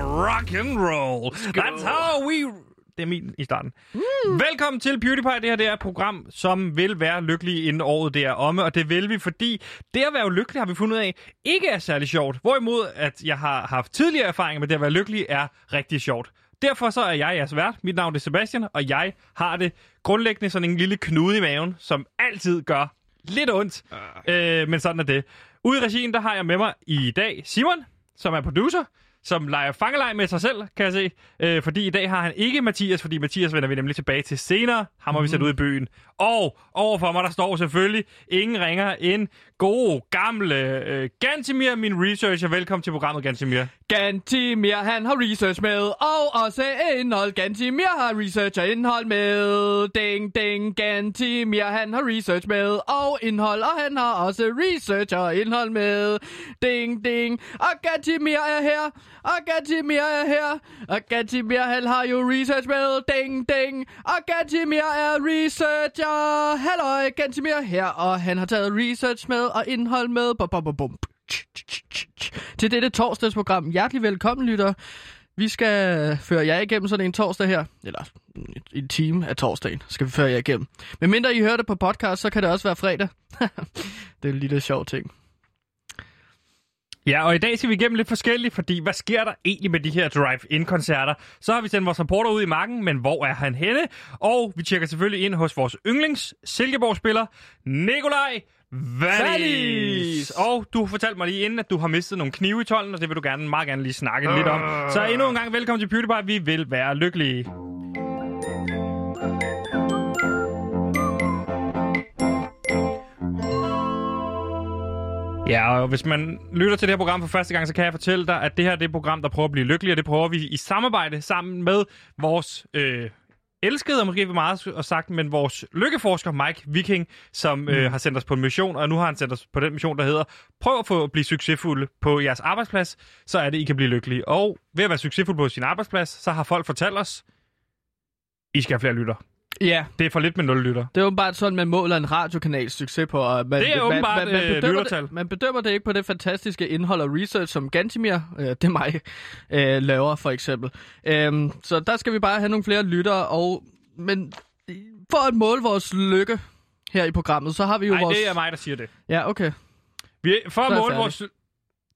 and roll. That's how we... Det er min i starten. Mm. Velkommen til PewDiePie. Det her det er et program, som vil være lykkelig inden året det er omme, og det vil vi, fordi det at være lykkelig, har vi fundet ud af, ikke er særlig sjovt. Hvorimod, at jeg har haft tidligere erfaringer med det at være lykkelig, er rigtig sjovt. Derfor så er jeg jeres vært. Mit navn er Sebastian, og jeg har det grundlæggende sådan en lille knude i maven, som altid gør lidt ondt. Øh, men sådan er det. Ude i regien, der har jeg med mig i dag Simon, som er producer, som leger fangelej med sig selv, kan jeg se. Øh, fordi i dag har han ikke Mathias, fordi Mathias vender vi nemlig tilbage til senere. Ham har vi sat ud i byen. Og overfor mig, der står selvfølgelig ingen ringer end gode, gamle øh, Gantimir, min researcher. Velkommen til programmet, Gantimir. Gantimir, han har research med, og også indhold. Gantimir har research og indhold med. Ding, ding, Gantimir, han har research med, og indhold, og han har også research og indhold med. Ding, ding, og Gantimir er her, og Gantimir er her, og Gantimir, han har jo research med. Ding, ding, og Gantimir er researcher. Halløj, Gantimir er her, og han har taget research med og indhold med. Bum, bum, bum, bum. Til dette torsdagsprogram. Hjertelig velkommen, lytter. Vi skal føre jer igennem sådan en torsdag her. Eller en time af torsdagen skal vi føre jer igennem. Men mindre I hører det på podcast, så kan det også være fredag. det er en lille sjov ting. Ja, og i dag skal vi igennem lidt forskelligt, fordi hvad sker der egentlig med de her drive-in-koncerter? Så har vi sendt vores reporter ud i marken, men hvor er han henne? Og vi tjekker selvfølgelig ind hos vores yndlings Silkeborg-spiller, Nikolaj Wallis. Wallis! Og du fortalte mig lige inden, at du har mistet nogle knive i tolden, og det vil du gerne, meget gerne lige snakke lidt om. Så endnu en gang velkommen til PewDiePie. Vi vil være lykkelige. Ja, og hvis man lytter til det her program for første gang, så kan jeg fortælle dig, at det her det er et program, der prøver at blive lykkelig, og det prøver vi i samarbejde sammen med vores øh, elskede, og måske for meget og sagt, men vores lykkeforsker Mike Viking, som Mm. øh, har sendt os på en mission, og nu har han sendt os på den mission, der hedder, prøv at få at blive succesfulde på jeres arbejdsplads, så er det, I kan blive lykkelige. Og ved at være succesfuld på sin arbejdsplads, så har folk fortalt os, I skal have flere lytter. Ja, Det er for lidt med nul lytter. det er åbenbart sådan, man måler en radiokanals succes på. Og man, Det er man, åbenbart, øh, bedømmer lyttertal. det, man bedømmer det ikke på det fantastiske indhold og research, som Gantimir, øh, det er mig, øh, laver for eksempel. Øhm, så der skal vi bare have nogle flere lyttere. Og, men for at måle vores lykke her i programmet, så har vi jo Nej, vores... det er mig, der siger det. Ja, okay. Vi, for, Så at er jeg måle færdig. vores,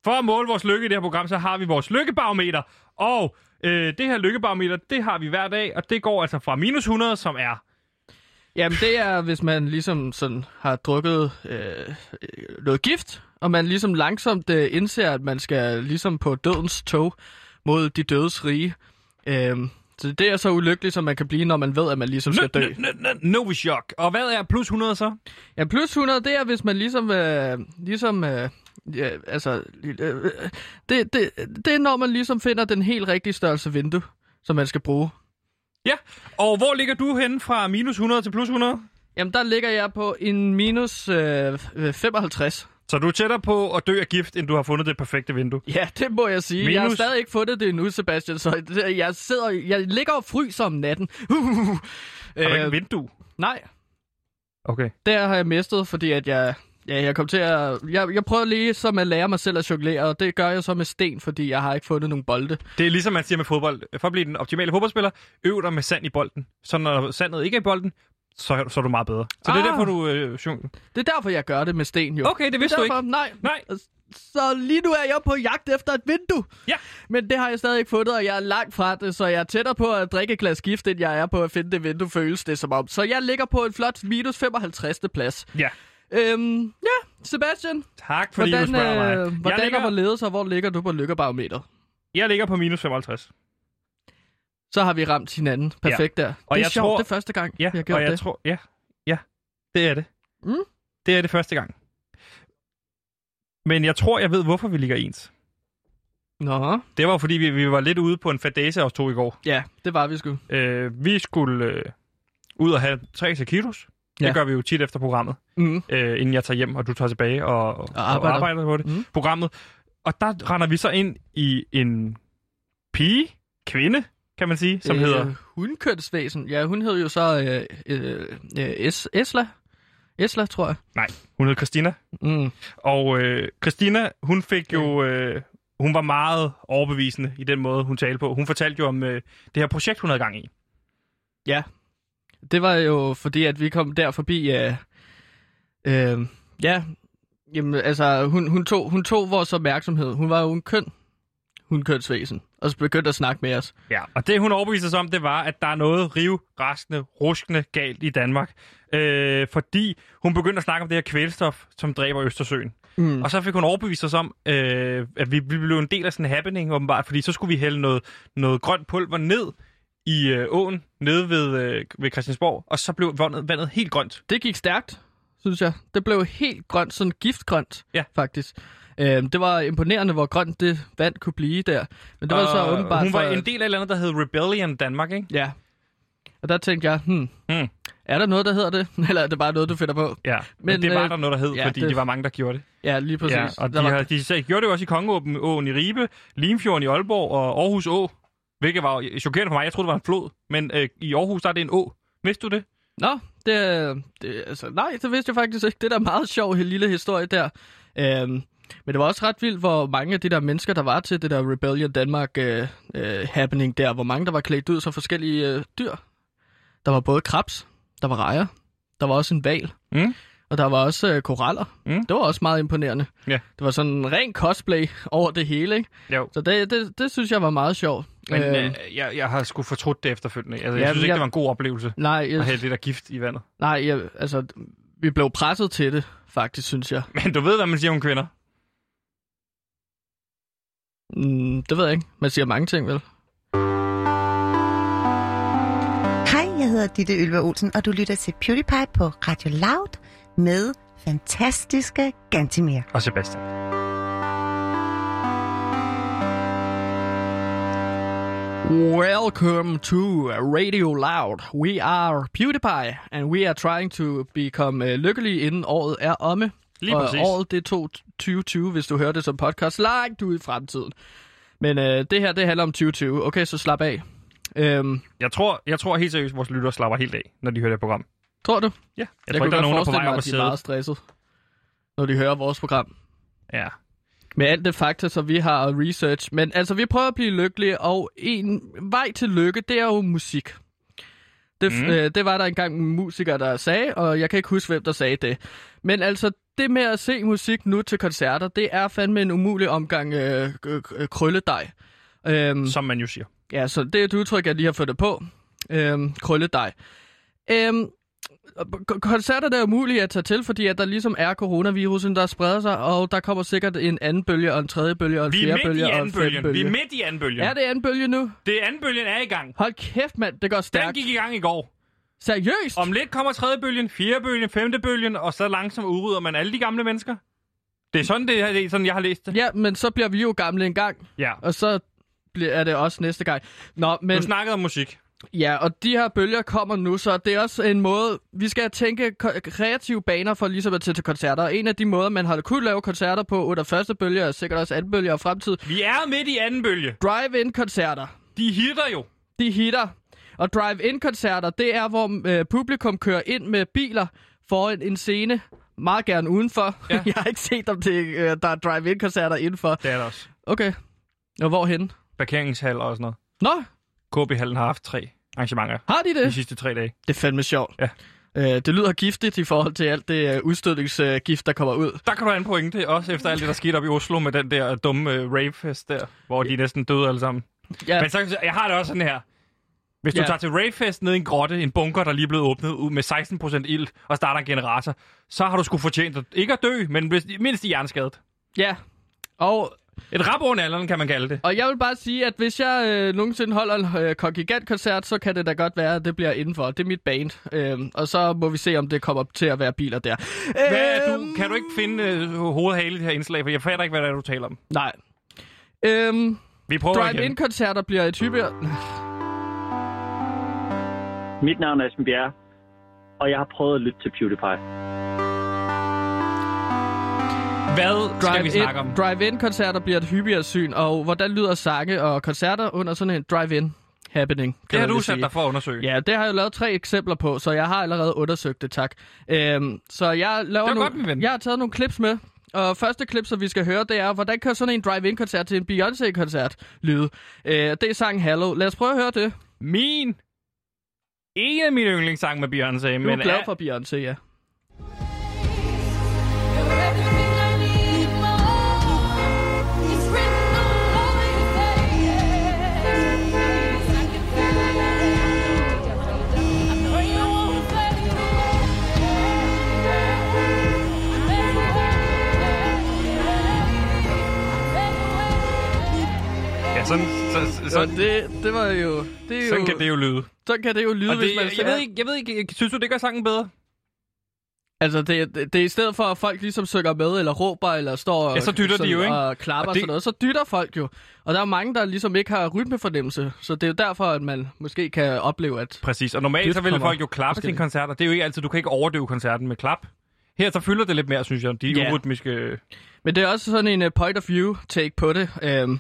for at måle vores lykke i det her program, så har vi vores lykkebarometer. Og øh, det her lykkebarometer, det har vi hver dag, og det går altså fra minus 100, som er... Jamen det er, hvis man ligesom sådan har drukket øh, øh, noget gift, og man ligesom langsomt øh, indser, at man skal ligesom på dødens tog mod de dødes rige. Øh, så det er så ulykkeligt, som man kan blive, når man ved, at man ligesom skal dø. Novichok. Og hvad er plus 100 så? Ja, plus 100, det er, hvis man ligesom... Øh, ligesom øh, ja, altså... Øh, det, det, det er, når man ligesom finder den helt rigtige størrelse vindue, som man skal bruge. Ja, og hvor ligger du henne fra minus 100 til plus 100? Jamen, der ligger jeg på en minus øh, øh, 55. Så du er tættere på at dø af gift, end du har fundet det perfekte vindue. Ja, det må jeg sige. Minus... Jeg har Minus- stadig ikke fundet det endnu, Sebastian, så det- jeg, sidder, jeg ligger og fryser om natten. Uh, Er du ikke et vindue? nej, Øh, Okay. der har jeg mistet, fordi at jeg, ja, jeg kom til at... Jeg, jeg prøver lige som at lære mig selv at jonglere, og det gør jeg så med sten, fordi jeg har ikke fundet nogen bolde. Det er ligesom man siger med fodbold. For at blive den optimale fodboldspiller, øv dig med sand i bolden. Så når sandet ikke er i bolden, så, så er du meget bedre. Så det er Ah. derfor, du... Øh, sjung- Det er derfor, jeg gør det med sten, jo. okay, det vidste du derfor, ikke. Nej. Nej, Så lige nu er jeg på jagt efter et vindue. Ja. Men det har jeg stadig ikke fundet, og jeg er langt fra det, så jeg er tættere på at drikke et glas gift, end jeg er på at finde det vindue, føles det som om. Så jeg ligger på en flot minus 55. plads. Ja. Øhm, ja, Sebastian, Tak, fordi hvordan, du spørger mig. hvordan, øh, hvordan jeg, ligger... ligger, hvorledes, og hvor ligger du på lykkebarometer? jeg ligger på minus 55. Så har vi ramt hinanden perfekt der. Og det er jeg sjovt, tror- det er første gang, Ja, jeg har og gjort jeg det. tror... Ja, ja, det er det. Mm. Det er det første gang. Men jeg tror, jeg ved, hvorfor vi ligger ens. Nå, Det var, fordi vi, vi var lidt ude på en fadese os to i går. ja, det var vi sgu. Øh, vi skulle øh, ud og have tre kilos. Det Ja. gør vi jo tit efter programmet, Mm. øh, inden jeg tager hjem, og du tager tilbage og, og, arbejder. og arbejder på det. Mm. Programmet. Og der render vi så ind i en pige, kvinde, kan man sige, som øh, hedder Hundkønsvæsen. Ja, hun hed jo så øh, øh, øh, Es- Esla. Esla, tror jeg. Nej, hun hed Christina. Mm. Og øh, Christina, hun fik jo... Øh, hun var meget overbevisende i den måde, hun talte på. Hun fortalte jo om øh, det her projekt, hun havde gang i. Ja. Det var jo fordi, at vi kom der forbi... Øh, øh, ja, jamen, altså, hun, hun, tog, hun tog vores opmærksomhed. Hun var jo en køn. Hun er kønsvæsen. Og så begyndte at snakke med os. Ja, og det hun overbeviste os om, det var, at der er noget rivrasende, ruskende galt i Danmark. Øh, fordi hun begyndte at snakke om det her kvælstof, som dræber Østersøen. Mm. Og så fik hun overbevist os om, øh, at vi, vi blev en del af sådan en happening åbenbart, fordi så skulle vi hælde noget, noget grønt pulver ned i øh, åen, nede ved, øh, ved Christiansborg, og så blev vandet, vandet helt grønt. Det gik stærkt, synes jeg. Det blev helt grønt, sådan giftgrønt, Ja. faktisk. Øhm, det var imponerende, hvor grønt det vand kunne blive der. Men det var så Og åbenbart hun var for- en del af et eller andet, der hed Rebellion Danmark, ikke? Ja. Og der tænkte jeg, hmm, Mm. er der noget, der hedder det? Eller er det bare noget, du finder på? Ja, men, Men, men det var øh, der noget, der hed, ja, ja, fordi det- det... de var mange, der gjorde det. Ja, lige præcis. Ja, og de, der var... har, de sag- gjorde det jo også i Kongeåben i Ribe, Limfjorden i Aalborg og Aarhus Å, hvilket var jo chokerende for mig. Jeg troede, det var en flod, men øh, i Aarhus der er det en å. Vidste du det? Nå, det, det, altså, nej, det vidste jeg faktisk ikke. Det er da en meget sjov lille historie der. Øhm, men det var også ret vildt, hvor mange af de der mennesker, der var til det der Rebellion Danmark øh, øh, happening der, hvor mange der var klædt ud som forskellige øh, dyr. Der var både krebs, der var rejer, der var også en val, Mm. og der var også øh, koraller. Mm. Det var også meget imponerende. Ja. Det var sådan en ren cosplay over det hele, ikke? Jo. Så det, det, det synes jeg var meget sjovt. Øhm, Men øh, jeg, jeg har sgu fortrudt det efterfølgende. Altså, jeg Ja, synes ikke, jeg- det var en god oplevelse nej, at jeg, hælde det der gift i vandet. nej jeg, altså, vi blev presset til det, faktisk, synes jeg. Men du ved, hvad man siger om kvinder. Mm, det ved jeg ikke. Man siger mange ting, vel? Hej, jeg hedder Ditte Ylva Olsen, og du lytter til PewDiePie på Radio Loud med fantastiske Gantimir. Og Sebastian. Welcome to Radio Loud. We are PewDiePie, and we are trying to become uh, lykkelige, inden året er omme. Lige og præcis. året det er 2020, hvis du hører det som podcast langt ude i fremtiden. Men uh, det her, det handler om 2020. Okay, så slap af. Øhm, Jeg tror, jeg tror helt seriøst, at vores lyttere slapper helt af, når de hører det her program. tror du? Ja, jeg, jeg tror ikke, der er kunne nogen, der godt er på forestille vej mig, op at at sidde. de er meget stresset, når de hører vores program. Ja. Med alt det fakta, som vi har og research. Men altså, vi prøver at blive lykkelige, og en vej til lykke, det er jo musik. Det, mm. Mm. øh, det var der engang en musiker, der sagde, og jeg kan ikke huske, hvem der sagde det. Men altså, det med at se musik nu til koncerter, det er fandme en umulig omgang øh, øh, øh, krølledej. Øhm, Som man jo siger. Ja, så det er et udtryk, jeg lige har fået det på. Øhm, krølledej. Øhm, k- koncerter der er umulige at tage til, fordi at der ligesom er coronavirusen, der spreder sig, og der kommer sikkert en anden bølge, og en tredje bølge, og en Vi er fjerde midt i bølge, og en anden femte bølgen. Vi bølge. er midt i anden bølgen. Er det anden bølge nu? det anden bølgen er i gang. Hold kæft, mand, det går Den stærkt. gik i gang i går. Seriøst? Om lidt kommer tredje bølgen, fjerde bølgen, femte bølgen, og så langsomt udrydder man alle de gamle mennesker. Det er sådan, det er, det er sådan jeg har læst det. Ja, men så bliver vi jo gamle engang, Ja. og så bliver, er det også næste gang. Nå, men... Du snakkede om musik. Ja, og de her bølger kommer nu, så det er også en måde, vi skal tænke ko- kreative baner for ligesom at tage til koncerter. Og en af de måder, man har kunnet lave koncerter på under første bølge, og sikkert også anden bølge og fremtid, Vi er midt i anden bølge. drive-in-koncerter, De hitter jo. de hitter. Og drive-in-koncerter, det er, hvor øh, publikum kører ind med biler foran en scene, meget gerne udenfor. Ja. Ja. Jeg har ikke set, om det, øh, der er drive-in-koncerter indenfor. Det er der også. Okay, og hvorhen? Parkeringshal og sådan noget. Nå, KB-hallen har haft tre arrangementer har de det? de sidste tre dage. Det er fandme sjovt. Ja. Øh, det lyder giftigt i forhold til alt det øh, udstødningsgift, der kommer ud. Der kan du have en pointe, også efter alt det, der skete op i Oslo med den der dumme øh, ravefest der, hvor de næsten døde alle sammen. Ja, Men så, jeg har det også sådan her. Hvis du Ja. tager til Rayfest ned i en grotte, en bunker, der lige er blevet åbnet ud med 16% ild og starter en generator, så har du sgu fortjent at, ikke at dø, men hvis- mindst i hjerneskadet. ja. Og, Et rap over alderen, kan man kalde det. og jeg vil bare sige, at hvis jeg øh, nogensinde holder en øh, kongigant-koncert, så kan det da godt være, at det bliver indenfor. Det er mit band. Øh, og så må vi se, om det kommer til at være biler der. Øhm, Hvad er du, kan du ikke finde øh, hovedhale i det her indslag, for jeg fatter ikke, hvad det er, du taler om. Nej. Øhm, Vi prøver igen. Drive-in-koncerter bliver et type... Mit navn er Esben Bjerre, og jeg har prøvet at lytte til PewDiePie. Hvad skal vi snakke om? Drive-in- Drive-in-koncerter bliver et hyppigere syn, og hvordan lyder sange og koncerter under sådan en drive-in happening? kan Det har man du vist sat sige. dig for at undersøge. Ja, det har jeg jo lavet tre eksempler på, så jeg har allerede undersøgt det, tak. Øhm, så jeg laver Det var nogle, godt, min ven. Jeg har taget nogle clips med, Og første klip, som vi skal høre, det er, hvordan kan sådan en drive-in-koncert til en Beyoncé-koncert lyde? Øh, det er sangen Hello. Lad os prøve at høre det. Min... En af mine yndlingssange med Beyoncé, Du er men glad for Beyoncé, ja. ja, sådan, så, så, Så sådan, det, det var jo... Det er sådan jo kan det jo lyde. sådan kan det jo lyde, Og det, hvis man... jeg, ved ikke, jeg ved ikke, synes du, det gør sangen bedre? Altså, det, det, det er i stedet for, at folk ligesom synger med, eller råber, eller står og, Ja, så dytter de sådan- jo, ikke? og klapper Og og det- sådan noget, så dytter folk jo. Og der er mange, der ligesom ikke har rytmefornemmelse, så det er jo derfor, at man måske kan opleve, at... Præcis, og normalt Det så ville kommer folk jo klappe til en forskelligt. koncert, og det er jo ikke altid, du kan ikke overdøve koncerten med klap. Her så fylder det lidt mere, synes jeg, de Ja. yeah. urytmiske... Men det er også sådan en uh, point of view take på det. Øhm,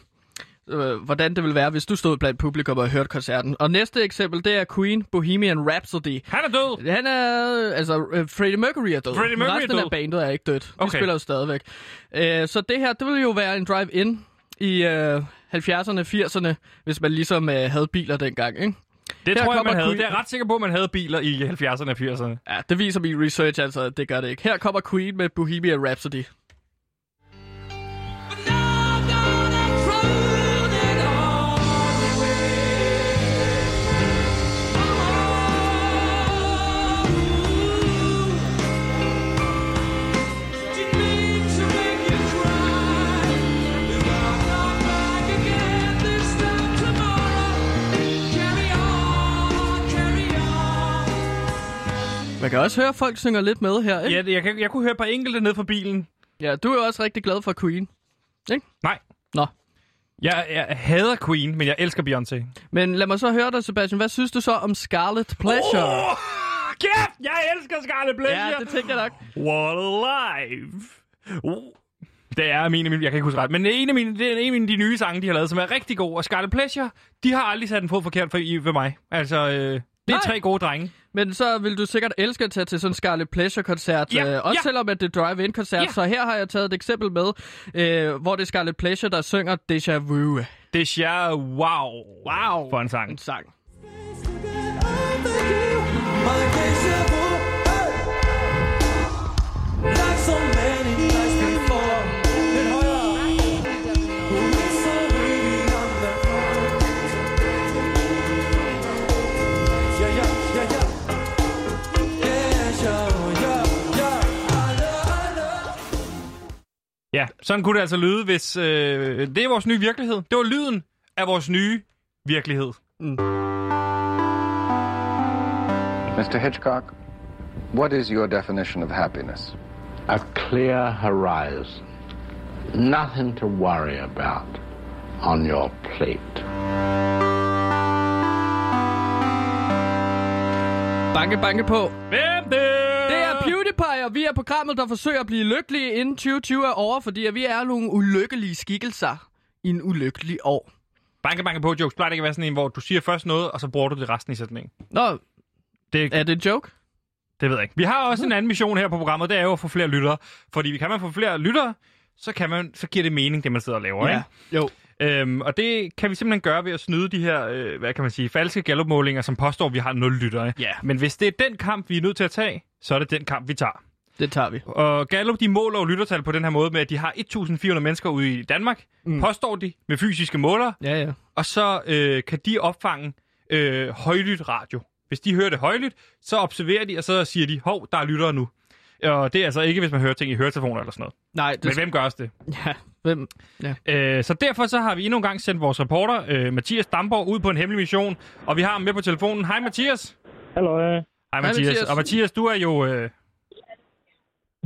øh, hvordan det ville være, hvis du stod blandt publikum og hørte koncerten. Og næste eksempel, det er Queen Bohemian Rhapsody. Han er død! Han er... Altså, øh, Freddie Mercury er død. Freddie Mercury er Resten død. af bandet er ikke dødt. Okay. Okay. De spiller jo stadigvæk. Øh, så det her, det ville jo være en drive-in i øh, 70'erne, 80'erne, hvis man ligesom øh, havde biler dengang, ikke? Det Her tror jeg, man kommer havde. Queen. Det er jeg ret sikker på, at man havde biler i 70'erne og 80'erne. Ja, det viser min research altså, at det gør det ikke. Her kommer Queen med Bohemian Rhapsody. Man kan også høre, at folk synger lidt med her, ikke? Ja, jeg, kan, jeg kunne høre et par enkelte ned fra bilen. Ja, du er jo også rigtig glad for Queen. Nej. Nå. Jeg, jeg hader Queen, men jeg elsker Beyoncé. Men lad mig så høre dig, Sebastian. Hvad synes du så om Scarlet Pleasure? Oh, kæft! Jeg elsker Scarlet Pleasure! Ja, det tænkte jeg nok. What Alive. Uh. Det er min af mine, jeg kan ikke huske ret, men det er en af, mine, det er en af mine, de nye sange, de har lavet, som er rigtig god. Og Scarlet Pleasure, de har aldrig sat en fod forkert for, i, ved mig. Altså, øh, det er Nej. tre gode drenge. Men så vil du sikkert elske at tage til sådan en Scarlet Pleasure-koncert. Ja, øh, også ja. selvom at det er drive-in-koncert. Ja. Så her har jeg taget et eksempel med, øh, hvor det er Scarlet Pleasure, der synger Deja Vu. Det er sjære, wow. Wow. For en En sang. sang. Ja, sådan kunne det altså lyde, hvis... Øh, det er vores nye virkelighed. Det var lyden af vores nye virkelighed. Mr. Hitchcock, what is your definition of happiness? a clear horizon, nothing to worry about on your plate. Banke, banke på. Hvem det? Det er PewDiePie, og vi er programmet, der forsøger at blive lykkelige inden 2020 er over, fordi at vi er nogle ulykkelige skikkelser i en ulykkelig år. Banke, banke på jokes. Plejer det ikke at være sådan en, hvor du siger først noget, og så bruger du det resten i sætningen. Nå, Det er det en joke? Det ved jeg ikke. Vi har også en anden mission her på programmet, det er jo at få flere lyttere. Fordi kan man få flere lyttere, så, kan man, så giver det mening, det man sidder og laver. Ja. Jo. Ikke? Øhm, og det kan vi simpelthen gøre ved at snyde de her, øh, hvad kan man sige, falske gallopmålinger, som påstår, at vi har nul lyttere. Ja. Men hvis det er den kamp, vi er nødt til at tage, så er det den kamp, vi tager. Det tager vi. Og Gallup, de måler jo lyttertal på den her måde med, at de har 1.400 mennesker ude i Danmark, mm. påstår de, med fysiske måler, Ja, ja. og så øh, kan de opfange øh, højlydt radio. Hvis de hører det højlydt, så observerer de, og så siger de, hov, der er lyttere nu. Og det er altså ikke, hvis man hører ting i høretelefoner eller sådan noget. Nej, det Men hvem gør også det? Ja, hvem? Øh, så derfor så har vi endnu en gang sendt vores reporter, øh, Mathias Damborg, ud på en hemmelig mission. Og vi har ham med på telefonen. Hej Mathias! Hallo. Hej Mathias. Mathias. Og Mathias, du er jo øh,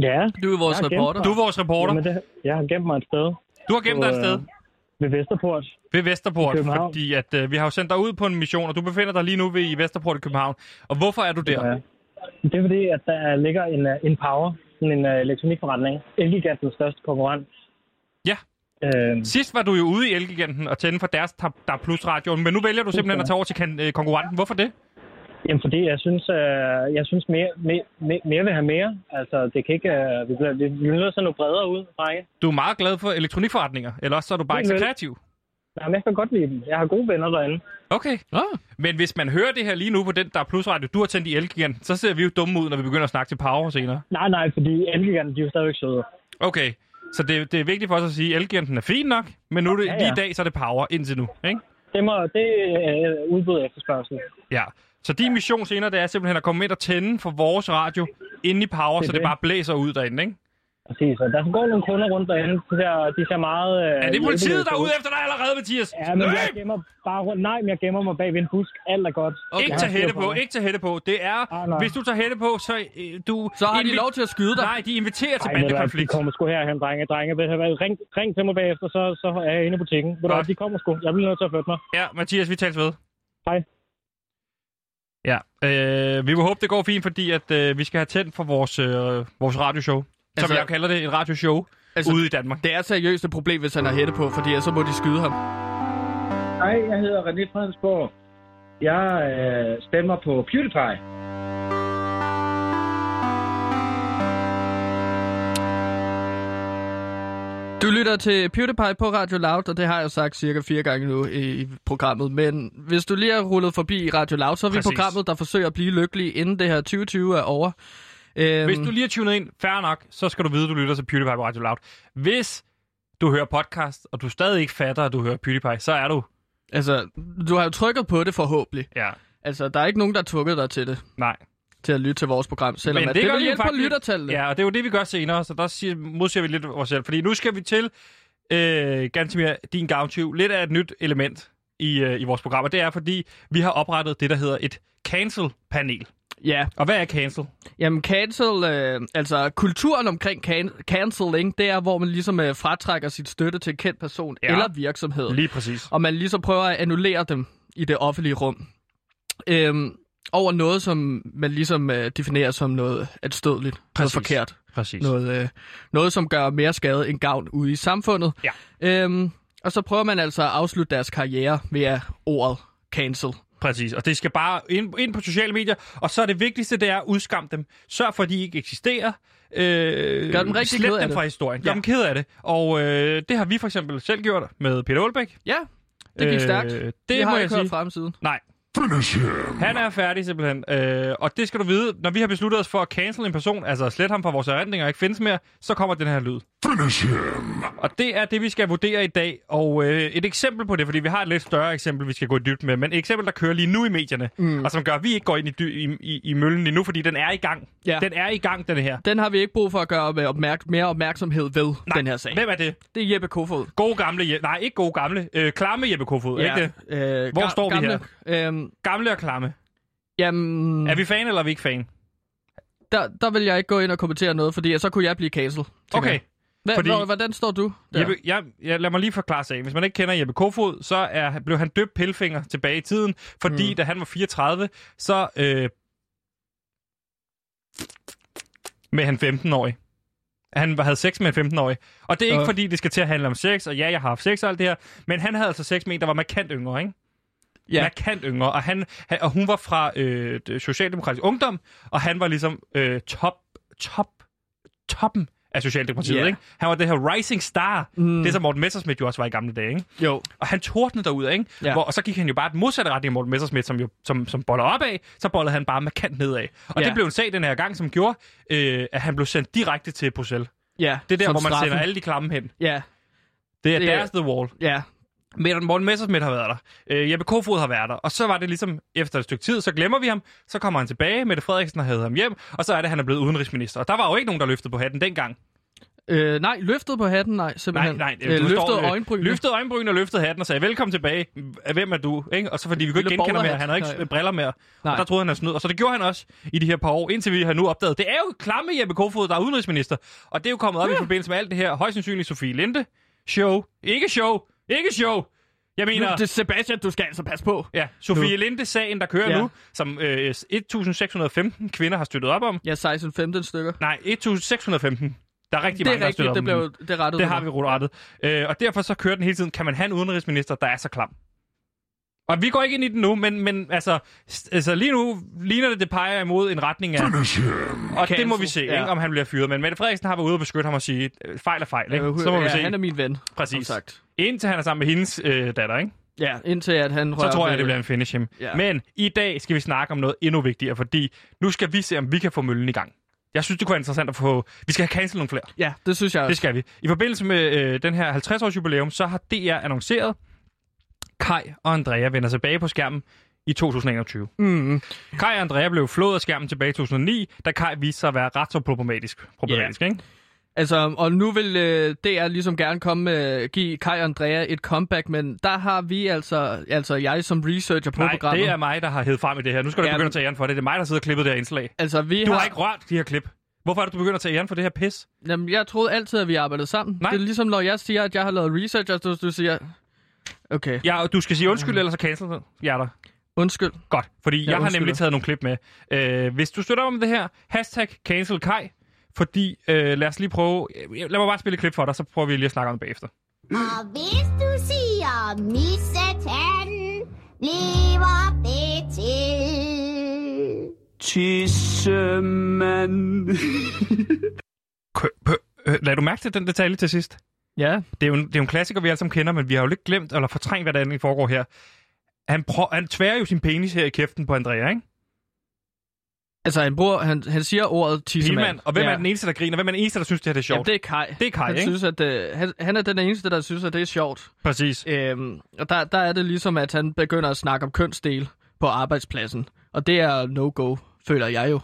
Ja, Du er vores Jeg er reporter. du er vores reporter. jamen det, jeg har gemt mig et sted Du har gemt dig et øh, sted ved Vesterport. ved Vesterport, København. fordi at, øh, vi har jo sendt dig ud på en mission, og du befinder dig lige nu ved, i Vesterport i København. Og hvorfor er du der? Ja. Det er fordi, at der ligger en, øh, en power, sådan en uh, elektronikforretning. Elgigantens største konkurrent. Ja. Øh, Sidst var du jo ude i Elgiganten og tænde for deres Tab- der plus radioen, men nu vælger du simpelthen at tage over til kan- øh, konkurrenten. Hvorfor det? Jamen fordi jeg synes, øh, jeg synes mere, mere, mere, mere vil have mere. Altså det kan ikke, øh, vi bliver, vi bliver nødt til at nå bredere ud, Rikke. Du er meget glad for elektronikforretninger, eller også så er du bare ikke så Helt vildt. kreativ. Jamen, jeg kan godt lide dem. Jeg har gode venner derinde. Okay. Ah. Men hvis man hører det her lige nu på den, der er plusradio, du har tændt i elgigant, så ser vi jo dumme ud, når vi begynder at snakke til Power senere. Nej, nej, fordi elgiganterne, de er jo stadigvæk søde. Okay, så det, det er vigtigt for os at sige, at elgiganten er fin nok, men nu er det, ja, Ja, ja. ja. lige i dag, så er det Power indtil nu. Ikke? Det, må, det er øh, udbud og efterspørgsel. Ja. Så din mission senere, det er simpelthen at komme ind og tænde for vores radio inde i Power, det Det er så det det. bare blæser ud derinde, ikke? Præcis, og der går nogle kunder rundt derinde. De ser, de ser meget... Øh, Er det politiet, der er ude hjælpeløse ud. efter dig allerede, Mathias? Ja, men jeg Løb! gemmer bare rundt. Nej, men jeg gemmer mig bag ved en busk. Alt er godt. Okay. Ikke Jeg tage har styr hætte på, mig. ikke tage hætte på. Det er, Ah, nej. hvis du tager hætte på, så øh, du... Så har de invi- lov til at skyde dig. Nej, de inviterer til Ej, ved du hvad, de bandekonflikt. kommer sgu herhen, drenge. Drenge, ved du hvad, ring, ring til mig bagefter, så, så er jeg inde i butikken. Ved du Godt. hvad, de kommer sgu. Jeg bliver nødt til at flytte mig. Ja, Mathias, vi tales ved. Hej. Ja, øh, vi må håbe, det går fint, fordi at, øh, vi skal have tændt for vores, øh, vores radioshow. Som Altså- jeg kalder det, et radioshow altså, Altså- ude i Danmark. Det er seriøst et problem, hvis han har hætte på, fordi ellers så må de skyde ham. Hej, jeg hedder René Fredensborg. Jeg øh, stemmer på PewDiePie. Du lytter til PewDiePie på Radio Loud, og det har jeg jo sagt cirka fire gange nu i i programmet. Men hvis du lige er rullet forbi Radio Loud, så er vi Præcis. Præcis. programmet, der forsøger at blive lykkelig, inden det her 2020 er over. Øhm, Hvis du lige er tunet ind, fair nok, så skal du vide, at du lytter til PewDiePie på Radio Loud. Hvis du hører podcast, og du stadig ikke fatter, at du hører PewDiePie, så er du... Altså, du har jo trykket på det forhåbentlig. Ja, Altså, der er ikke nogen, der har tvunget dig til det, nej. til at lytte til vores program, selvom Men at det det gør vil vi hjælpe på faktisk- lyttertallene. Ja, og det er jo det, vi gør senere, så der siger, modsiger vi lidt vores selv. Fordi nu skal vi til, øh, Gantemir, din gavntyv, lidt af et nyt element i, øh, i vores program, og det er, fordi vi har oprettet det, der hedder et cancel-panel. ja. Og hvad er cancel? Jamen, cancel, øh, altså kulturen omkring can- canceling, det er, hvor man ligesom øh, fratrækker sit støtte til en kendt person Ja. ja. eller virksomhed. Lige præcis. og man ligesom prøver at annullere dem i det offentlige rum. Øhm, over noget, som man ligesom øh, definerer som noget atstødeligt, noget Præcis. forkert, Præcis. noget, øh, noget, som gør mere skade end gavn ude i samfundet. Ja. Øhm, og så prøver man altså at afslutte deres karriere ved at ordet cancel. Præcis, og det skal bare ind, ind på sociale medier, og så er det vigtigste, det er at udskamme dem. Sørg for, at de ikke eksisterer. Øh, Gør dem rigtig slet ked af dem det. fra historien. Gør Ja. dem ked af det. Og øh, det har vi for eksempel selv gjort med Peter Olbæk. Ja, det gik stærkt. Øh, det, det må har jeg, jeg ikke sige. hørt frem siden. Nej. Han er færdig simpelthen. Øh, og det skal du vide, når vi har besluttet os for at cancel en person, altså at slette ham fra vores erindringer og ikke findes mere, så kommer den her lyd. Og det er det, vi skal vurdere i dag. Og øh, et eksempel på det, fordi vi har et lidt større eksempel, vi skal gå i dybt med, men et eksempel, der kører lige nu i medierne, mm. og som gør, at vi ikke går ind i, dy- i, i, i møllen lige nu, fordi den er i gang. Ja. Den er i gang, den her. Den har vi ikke brug for at gøre med opmærk- mere opmærksomhed ved, Nej. den her sag. Hvem er det? Det er Jeppe Kofod. Gode gamle Je- Nej, ikke gode gamle. Øh, klamme Jeppe Kofod, ja. ikke det? Øh, Hvor ga- står vi gamle, her? Øhm, Gamle og klamme. jamen, Mm. Er vi fan, eller er vi ikke fan? der, der vil jeg ikke gå ind og kommentere noget, fordi så kunne jeg blive cancelled. tænker Okay. jeg. Hva, Fordi- fordi... Hvordan står du? Der? Jeppe, jeg, jeg, lad mig lige forklare sagen. Hvis man ikke kender Jeppe Kofod, så er, blev han døbt Pelfinger tilbage i tiden, fordi mm. da han var 34, så øh, med han 15-årig. Han havde sex med en 15-årig. Og det er ikke, Øh. fordi det skal til at handle om sex, og ja, jeg har haft sex og alt det her, men han havde altså sex med en, der var markant yngre, ikke? Ja. ja. Markant yngre. Og, han, han, og hun var fra øh, det Socialdemokratisk Ungdom, og han var ligesom øh, top, top, toppen af Socialdemokratiet, Ja. ikke? Han var det her rising star. Mm. Det, som Morten Messerschmidt jo også var i gamle dage, ikke? Jo. Og han tordnede derud, ikke? Ja. Ja. Hvor, og så gik han jo bare den modsatte retning af Morten Messerschmidt, som jo som, som boller opad, så bollede han bare markant nedad. Og ja. Ja. det blev en sag den her gang, som gjorde, øh, at han blev sendt direkte til Bruxelles. Ja. Det er der, som hvor man straffen. sender alle de klamme hen. Ja, Det er Det er- deres The Wall. ja. Men Morten Messerschmidt har været der. Øh, Jeppe Kofod har været der. Og så var det ligesom, efter et stykke tid, så glemmer vi ham. Så kommer han tilbage. Mette Frederiksen har hævet ham hjem. Og så er det, han er blevet udenrigsminister. Og der var jo ikke nogen, der løftede på hatten dengang. Øh, nej, løftet på hatten, nej, Nej, simpelthen. nej. du øh, løftet står, øh, øjenbryn. Løftede øjenbryn og løftede hatten og sagde, velkommen tilbage. Hvem er du? Ikke? Og så fordi vi kunne ikke Lille genkende ham mere. bowlerhat. Han havde ikke Nej. briller mere. Nej. Nej. Og der troede han, han snød. Og så det gjorde han også i de her par år, indtil vi har nu opdaget. Det er jo klamme Jeppe Kofod, der er udenrigsminister. Og det er jo kommet op ja. i forbindelse med alt det her. Højst sandsynligt Sofie Linde. Show. Ikke show. Ikke show. Jeg Nu, mener... det er Sebastian, du skal altså passe på. Ja, Sofie Linde-sagen, der kører ja. Ja. nu, som øh, 1.615 kvinder har støttet op om. Ja, 16-15 stykker. Nej, 1.615. Der er rigtig det mange, er der har støttet rigtigt, op det, om blev, den. det rettede Det du har mig. vi rettet. Øh, og derfor så kører den hele tiden, kan man have en udenrigsminister, der er så klam? Og vi går ikke ind i den nu, men, men altså, s- altså lige nu ligner det, det peger imod en retning af... Og det må vi se, Ja. ikke, om han bliver fyret. Men Mette Frederiksen har været ude og beskytte ham og sige, øh, fejl er fejl. Ikke? Så må ja, vi se. Han er min ven. Præcis. Som sagt. Indtil han er sammen med hendes øh, datter, ikke? Ja, indtil at han så rører tror ved- jeg, det bliver en finish him. Ja. Men i dag skal vi snakke om noget endnu vigtigere, fordi nu skal vi se, om vi kan få møllen i gang. Jeg synes, det kunne være interessant at få... Vi skal have cancel nogle flere. Ja, det synes jeg Det også. skal vi. I forbindelse med øh, den her 50-års jubilæum, så har DR annonceret, Kai og Andrea vender tilbage på skærmen i 2021. Mm. Kai og Andrea blev flået af skærmen tilbage i 2009, da Kai viste sig at være ret så problematisk. problematisk ikke? Altså, og nu vil øh, DR ligesom gerne komme med, give Kai og Andrea et comeback, men der har vi altså, altså jeg som researcher på Nej, programmet. det er mig, der har hævet frem i det her. Nu skal du Ja, ja, begynde men- at tage æren for det. Det er mig, der sidder og klippet det her indslag. Altså, vi Du har... har ikke rørt de her klip. Hvorfor er det, du begynder at tage æren for det her pis? Jamen, jeg troede altid, at vi arbejdede sammen. Nej. Det er ligesom, når jeg siger, at jeg har lavet research, og du, du siger... Okay, Ja, og du skal sige undskyld, ellers så cancel det. Ja, der. undskyld. Godt, fordi jeg, jeg har undskylder. nemlig taget nogle klip med. Øh, hvis du støtter op om det her, hashtag cancel Kai, fordi øh, lad os lige prøve... Lad mig bare spille et klip for dig, så prøver vi lige at snakke om det bagefter. Og hvis du siger missetan, lever det til. Kø- pø- øh, Lad du mærke til den detalje til sidst? Ja, Det er, jo en, det er jo en klassiker, vi alle sammen kender, men vi har jo lidt glemt eller fortrængt, hvad der egentlig foregår her. Han, prø- han tværer jo sin penis her i kæften på Andrea, ikke? altså han, bruger, han, han siger ordet tissemand. Pilman. Ligesom Og hvem ja. er den eneste, der griner? Hvem er den eneste, der synes, det her det er Jamen, sjovt? det er Kai. Det er Kai, han ikke? Synes, at, øh, han, han er den eneste, der synes, at det er sjovt. Præcis. Øhm, og der, der er det ligesom, at han begynder at snakke om kønsdel på arbejdspladsen. Og det er no-go, føler jeg jo.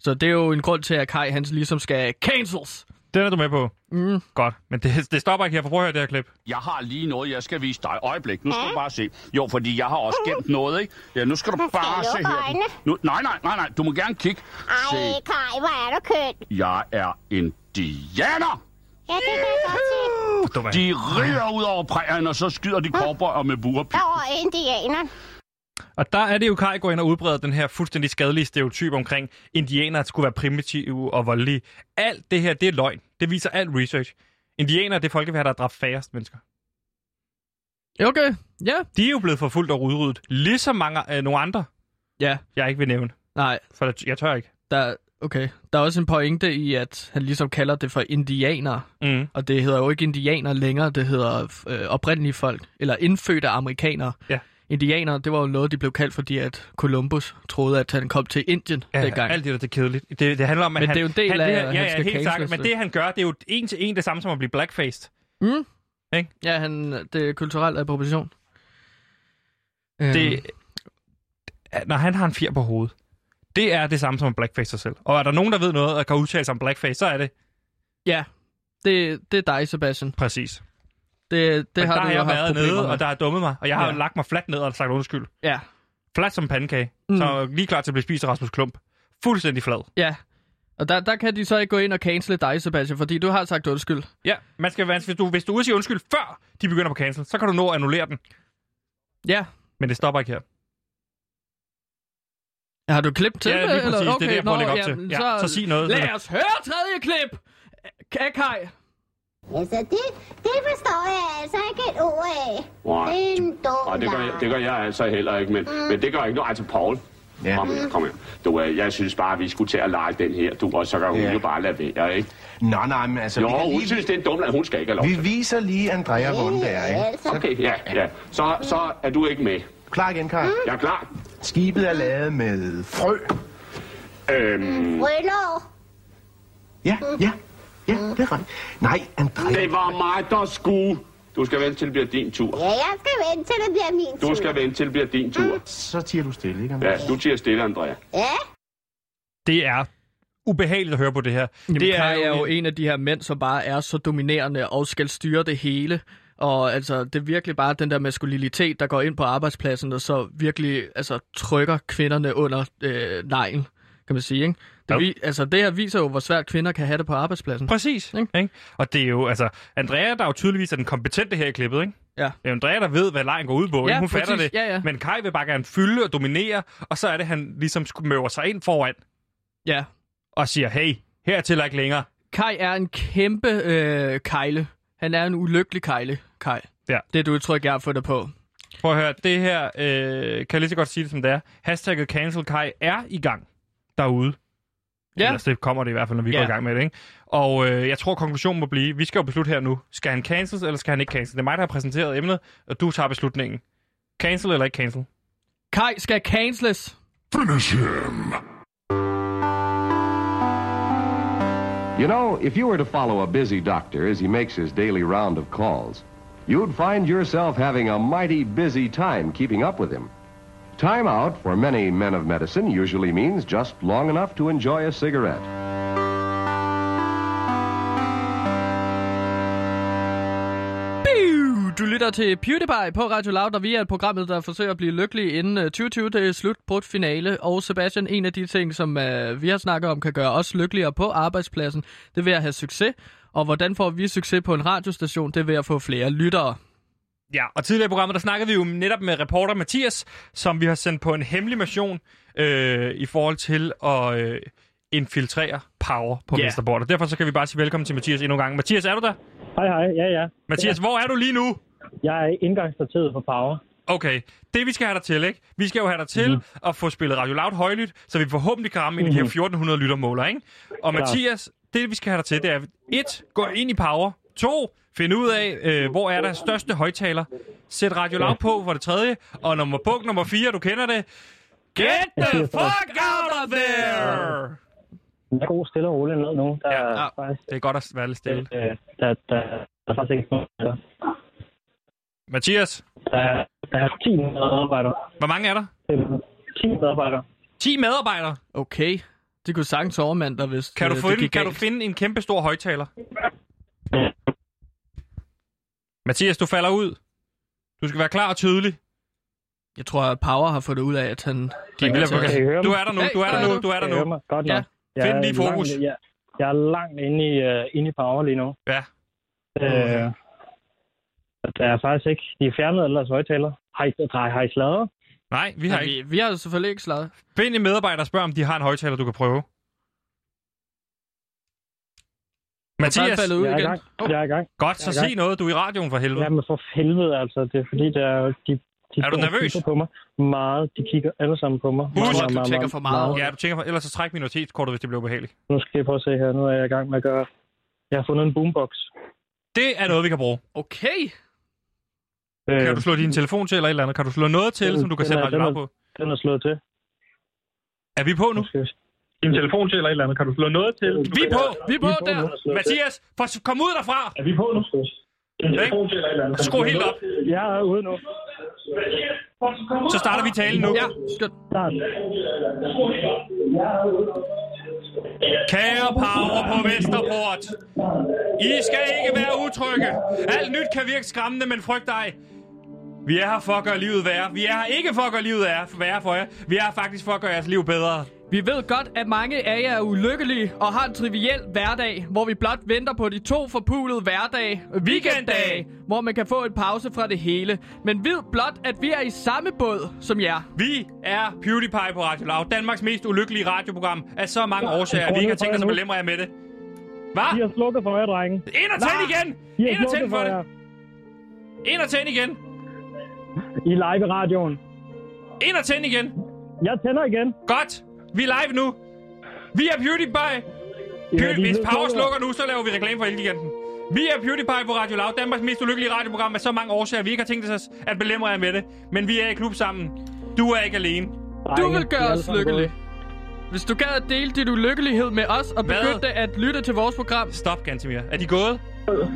Så det er jo en grund til, at Kai han ligesom skal cancels. Den er du med på. Mm. Godt. Men det, det stopper ikke her, for prøv at høre det her klip. Jeg har lige noget, jeg skal vise dig. Øjeblik, nu skal du bare se. Jo, fordi jeg har også gemt noget, ikke? Ja, nu skal du bare jeg se lukke her. øjnene? Nu, nej, nej, nej, nej, du må gerne kigge. Se, Ej, Kai, hvor er du køn. jeg er indianer! Ja, det kan jeg godt se. Dum er han. De rider ud over prærien, og så skyder de kobber med burpil. Over indianer. Og der er det jo, Kai går ind og udbreder den her fuldstændig skadelige stereotyp omkring indianere, at skulle være primitive og voldelige. Alt det her, det er løgn. Det viser alt research. Indianere, det er folkeværd, der har dræbt færrest mennesker. Okay, ja. De er jo blevet forfulgt og udryddet. Ligesom mange, øh, nogle andre, Ja, jeg ikke vil nævne. nej, For jeg- jeg tør ikke. der, okay. Der er også en pointe i, at han ligesom kalder det for indianer. Mm. Og det hedder jo ikke indianer længere, det hedder øh, oprindelige folk, eller indfødte amerikanere. Ja. Indianer, det var jo noget, de blev kaldt, fordi at Columbus troede, at han kom til Indien Ja, dengang. alt det der, det er kedeligt. Det, det handler om, at Men han, det er jo en del han, af, det her, at ja, han ja, skal helt sagt, cancels, men det. det han gør, det er jo en til en det samme som at blive blackfaced. Mm. Ja, han, det er kulturel appropriation. Øhm, Det, når han har en fjer på hovedet, det er det samme som at blackface sig selv. Og er der nogen, der ved noget og kan udtale sig om blackface, så er det Ja, det, det er dig, Sebastian. præcis. Det, det og har der du har jo jeg haft været problemer nede, med. og der har dummet mig. Og jeg har Ja. ja. lagt mig fladt ned og sagt undskyld. Ja, Fladt som en pandekage. Mm. Mm. Så lige klar til at blive spist af Rasmus Klump. Fuldstændig flad. ja. Og der, der kan de så ikke gå ind og cancele dig, Sebastian, fordi du har sagt undskyld. Ja, man skal, hvis du, hvis du udsiger undskyld før de begynder på cancel, så kan du nå at annullere den. Ja. Men det stopper ikke her. Har du klip til Ja, det? lige præcis. Eller? Det er det, jeg prøver at lægge op til. jamen, Ja, så sig noget. Lad os høre tredje klip! Kan Kai? Altså, det, det forstår jeg altså ikke et ord af. Nej. Det er en dum Og det gør, jeg, leg. det gør jeg altså heller ikke, men, men det gør ikke noget. Altså, Paul, ja. kom her, kom her. Du, øh, jeg synes bare, vi skulle til at lege den her, du, og så kan hun Ja. jo bare lade være, ikke? Nå, nej, men altså... Jo, vi, kan hun lige, synes, det er en dum, at hun skal ikke have lov vi til det. viser lige Andrea, hvordan det er, ikke? Altså, Okay, ja, ja. Så, så er du ikke med. Klar igen, Kai. Jeg er klar. Skibet er lavet med frø. Mm. Øhm, rødlov. Ja, ja, ja, det er rigtigt. Nej, Andrea... det var mig, der skulle. Du skal vente til det bliver din tur. Ja, jeg skal vente til det bliver min Du tur. skal vente til det bliver din tur. Så tiger du stille, ikke? Andrea? Ja, du tiger stille, Andrea. Ja, Det er ubehageligt at høre på det her. det Jamen, det er Kai er jo en af de her mænd, som bare er så dominerende og skal styre det hele. Og altså, det er virkelig bare den der maskulinitet, der går ind på arbejdspladsen, og så virkelig altså, trykker kvinderne under øh, neglen, kan man sige. Ikke? Jo. Det, vi, altså, det her viser jo, hvor svært kvinder kan have det på arbejdspladsen. Præcis. Ikke? Ikke? Ikke? Og det er jo, altså, Andrea, der jo tydeligvis er den kompetente her i klippet, ikke? Ja. Det er jo Andrea, der ved, hvad lejen går ud på. Ja, Ja, hun præcis. fatter det. Ja, ja. Men Kai vil bare gerne fylde og dominere, og så er det, han ligesom sku- møver sig ind foran Ja. og siger, hey, hertil er ikke længere. Kai er en kæmpe øh, kejle. Han er en ulykkelig kejle, Kai. Ja. Det er et udtryk, jeg har fundet på. Prøv at høre, det her, øh, kan jeg lige så godt sige det, som det er. Hashtagget Cancel Kai er i gang derude. Ja. Ellers det kommer det i hvert fald, når vi ja. Ja. går i gang med det, ikke? Og øh, jeg tror, konklusionen må blive, vi skal jo beslutte her nu. Skal han cancels, eller skal han ikke cancel? Det er mig, der har præsenteret emnet, og du tager beslutningen. Cancel eller ikke cancel? Kai skal canceles. Finish him! You know, if you were to follow a busy doctor as he makes his daily round of calls, you'd find yourself having a mighty busy time keeping up with him. Time out for many men of medicine usually means just long enough to enjoy a cigarette. Biu! Du lytter til PewDiePie på Radio Loud, og vi er et programmet, der forsøger at blive lykkelig inden øh, 2020. Det er slut, brudt finale. Og Sebastian, en af de ting, som øh, vi har snakket om, kan gøre os lykkeligere på arbejdspladsen, det er ved at have succes. Og hvordan får vi succes på en radiostation? Det er ved at få flere lyttere. Ja, og tidligere i programmet, der snakkede vi jo netop med reporter Mathias, som vi har sendt på en hemmelig mission øh, i forhold til at øh, infiltrere power på Ja. yeah. Vesterbord. Og derfor så kan vi bare sige velkommen til Mathias endnu en gang. Mathias, er du der? Hej, hej. Ja, ja. Mathias, ja. hvor er du lige nu? Jeg er indgangspartiet for Power. Okay, det vi skal have dig til, ikke? Vi skal jo have dig til mm-hmm. at få spillet Radio Loud højlydt, så vi forhåbentlig kan ramme mm-hmm. en af de her 1400 lyttermåler, ikke? Og Klart. Mathias, det vi skal have dig til, det er 1. Gå ind i Power. 2. Find ud af, øh, hvor er der største højtaler. Sæt Radio Loud på for det tredje. Og nummer punkt nummer 4, du kender det. Get the fuck out of there! Jeg er god stille og roligt ned nu. Der, ja, ja. Det er godt at være lidt stille. Der, der, der er faktisk ikke nogen. Der, Mathias? der, der er 10 medarbejdere. Hvor mange er der? 10 medarbejdere. 10 medarbejdere? Okay. Det kunne sagtens overmand dig, hvis Kan, du, øh, finde, gik kan du galt. finde en kæmpe stor højtaler? Mathias, du falder ud. Du skal være klar og tydelig. Jeg tror, at Power har fået det ud af, at han... Kan ringer I til os. høre mig? Du er der nu, du er der nu, du er der Kan I høre mig? nu. Godt Ja. nok. Jeg Find er lige fokus. Langt, jeg, jeg er langt inde i, uh, inde i Power lige nu. Ja. Øh, der er faktisk ikke... De er fjernet alle deres højtaler. Har I, har, har I sladret? Nej, vi har Nej, ikke. Vi har selvfølgelig ikke slaget. Find en medarbejder og spørg, om de har en højtaler, du kan prøve. Mathias, jeg er i gang. Jeg er i gang. Godt, Jeg så er i gang. sig noget. Du er i radioen for helvede. Jamen for helvede, altså. Det er fordi, der er, jo- de, de Er du står og nervøs? kigger på mig. Meget. De kigger alle sammen på mig. Meget, meget, meget, Ja, du tænker for, ellers så træk minoritetskortet, hvis det bliver behageligt. Nu skal jeg prøve at se her. Nu er jeg i gang med at gøre... Jeg har fundet en boombox. Det er noget, vi kan bruge. Okay. Øh, Kan du slå din telefon til eller et eller andet? Kan du slå noget til, Den- som du kan den sætte er- Radio den Loud er- på? Den er slået til. Er vi på nu? Din telefon til eller et eller andet. Kan du slå noget til? Vi er på! Vi er på der! Mathias, for- kom ud derfra! Er vi på nu? Din telefon til eller et eller andet. Skru helt op. Jeg er ude nu. Så starter vi talen nu. Ja, skønt. Start. Kære power på Vesterport. I skal ikke være utrygge. Alt nyt kan virke skræmmende, men frygt dig. Vi er her for at gøre livet værre. Vi er her ikke for at gøre livet er- værre for jer. Vi er her faktisk for at gøre jeres liv bedre. Vi ved godt, at mange af jer er ulykkelige og har en triviel hverdag, hvor vi blot venter på de to forpulede hverdage, weekenddage, hvor man kan få en pause fra det hele. Men vid blot, at vi er i samme båd som jer. Vi er PewDiePie på Radio Loud, Danmarks mest ulykkelige radioprogram af så mange årsager, at vi ikke har tænkt os at belemre jer med det. Hvad? De har slukket for jer, drenge. Ind og tænd igen! De har Ind og slukket tænd for det! jer. Ind og tænd igen! I er live i radioen. Ind og tænd igen! Jeg tænder igen. Godt! Vi er live nu! Vi er PewDiePie! Ja, Pew- de Hvis ved Power bedre. slukker nu, så laver vi reklame for Elgiganten. Vi er PewDiePie på Radio Loud, Danmarks mest ulykkelige radioprogram med så mange årsager, vi ikke har tænkt os at belemre jer med det. Men vi er i klub sammen. Du er ikke alene. Du Drenge, vil vi gøre er os alle lykkelige. Hvis du gad at dele dit ulykkelighed med os og Hvad? begyndte at lytte til vores program... Stop, Gantemir. Er de gået?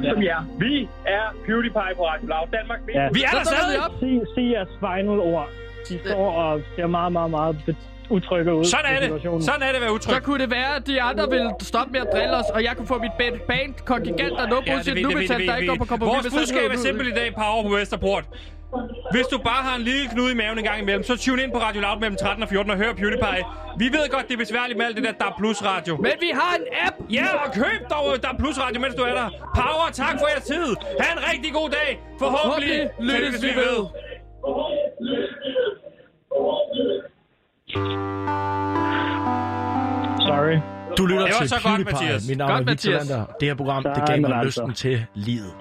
Som jer. Vi er PewDiePie på Radio Loud, Danmarks mest... Vi er der stadig! Sig, sig jeres final ord. De står og ser meget, meget, meget be- utrygge ud. Sådan i er det. situationen. Sådan er det at være utryg. Så kunne det være, at de andre ville stoppe med at drille os, og jeg kunne få mit band, band kontingent og noget Ja, det bullshit ved- nu det ved- betalt, det der ved ikke går vi. på kompromis. med Vores budskab er sandheden. simpelt i dag, Power på Vesterport. Hvis du bare har en lille knude i maven en gang imellem, så tune ind på Radio Loud mellem 13 og 14 og hør PewDiePie. Vi ved godt, det er besværligt med alt det der DAB Plus Radio. Men vi har en app! Ja, og køb dog DAB Plus Radio, mens du er der. Power, tak for jeres tid. Ha' en rigtig god dag. Forhåbentlig Forhåbentlig lyttes vi ved. Sorry. Du lytter Det var til så godt, PewDiePie. Mathias. Mit navn Godt, er Victor Mathias. Lander. Det her program, det gav Sådan mig altså. lysten til livet.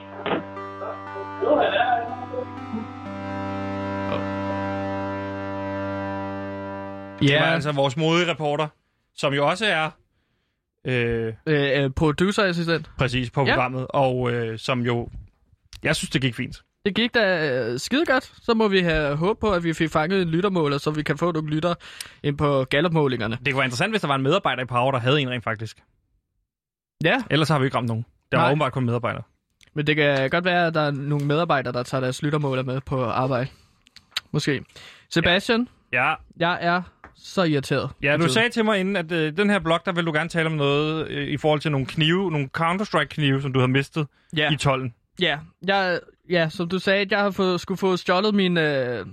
Det var altså vores modereporter, som jo også er... Øh, øh, producerassistent. Præcis, på Ja. programmet, og øh, som jo... Jeg synes, det gik fint. Det gik da øh, skide godt. Så må vi have håb på, at vi fik fanget en lyttermåler, så vi kan få nogle lytter ind på gallopmålingerne. Det kunne være interessant, hvis der var en medarbejder i Power, der havde en rent faktisk. Ja, Ellers har vi ikke ramt nogen. Der var Nej. åbenbart kun medarbejdere. men det kan godt være, at der er nogle medarbejdere, der tager deres lyttermåler med på arbejde. Måske. Sebastian, Ja, jeg er så irriteret. ja du Betyder. sagde til mig inden, at øh, den her blog, der vil du gerne tale om noget øh, i forhold til nogle knive, nogle Counter-Strike-knive, som du havde mistet Ja. i tolden. Ja, jeg, ja, som du sagde, jeg har fået, skulle få stjålet min øh,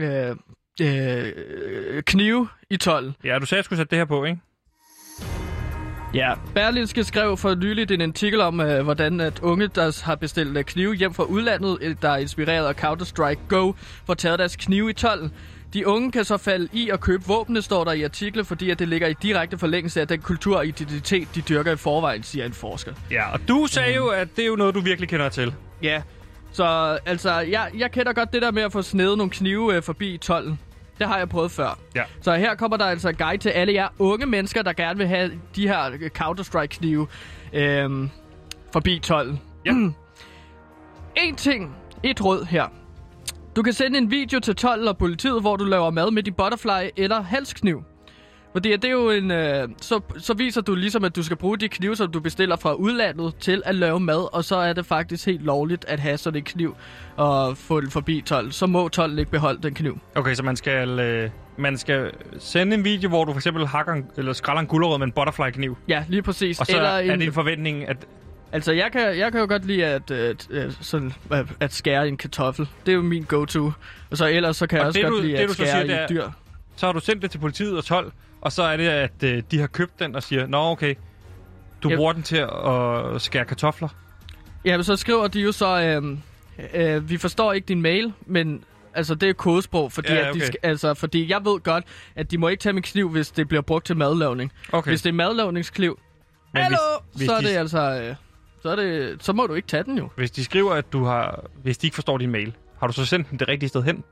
øh, øh, knive i tolden. Ja, du sagde, at jeg skulle sætte det her på, ikke? Ja, Berlinske skrev for nyligt en artikel om, øh, hvordan at unge, der har bestilt øh, knive hjem fra udlandet, øh, der er inspireret af Counter-Strike Go, får taget deres knive i tolden. De unge kan så falde i at købe våbne, står der i artiklen, fordi at det ligger i direkte forlængelse af den kultur og identitet, de dyrker i forvejen, siger en forsker. Ja, og du sagde jo, at det er jo noget, du virkelig kender til. Ja, så altså, jeg, jeg kender godt det der med at få snedet nogle knive øh, forbi i tolden. Det har jeg prøvet før. Ja. Så her kommer der altså en guide til alle jer unge mennesker, der gerne vil have de her øh, Counter-Strike-knive øhm, forbi tolden. Ja. en ting, et råd her. Du kan sende en video til 12 og politiet, hvor du laver mad med din butterfly eller halskniv. Fordi at det er jo en... Øh, så, så viser du ligesom, at du skal bruge de knive, som du bestiller fra udlandet, til at lave mad, og så er det faktisk helt lovligt at have sådan en kniv og få den forbi 12. Så må 12 ikke beholde den kniv. Okay, så man skal, øh, man skal sende en video, hvor du for eksempel hakker en, eller skræller en gulerod med en butterfly-kniv. Ja, lige præcis. Og så eller er en, det en forventning, at... Altså, jeg kan, jeg kan jo godt lide at, at, at, sådan, at, at skære en kartoffel. Det er jo min go-to. Og så ellers så kan Og jeg også det, godt du- lide det, at du så skære siger, i det er- dyr. Så har du sendt det til politiet og 12, og så er det, at øh, de har købt den og siger, Nå, okay, du Ja. bruger den til at skære kartofler. Jamen, så skriver de jo så, øhm, øh, vi forstår ikke din mail, men altså, det er kodesprog, fordi, Ja, at okay. de skal, altså, fordi jeg ved godt, at de må ikke tage min kniv, hvis det bliver brugt til madlavning. Okay. Hvis det er madlavningskniv, Men hallo, hvis- hvis så er de- det altså... Øh, så, er det, så må du ikke tage den jo. Hvis de skriver, at du har... Hvis de ikke forstår din mail, har du så sendt den det rigtige sted hen?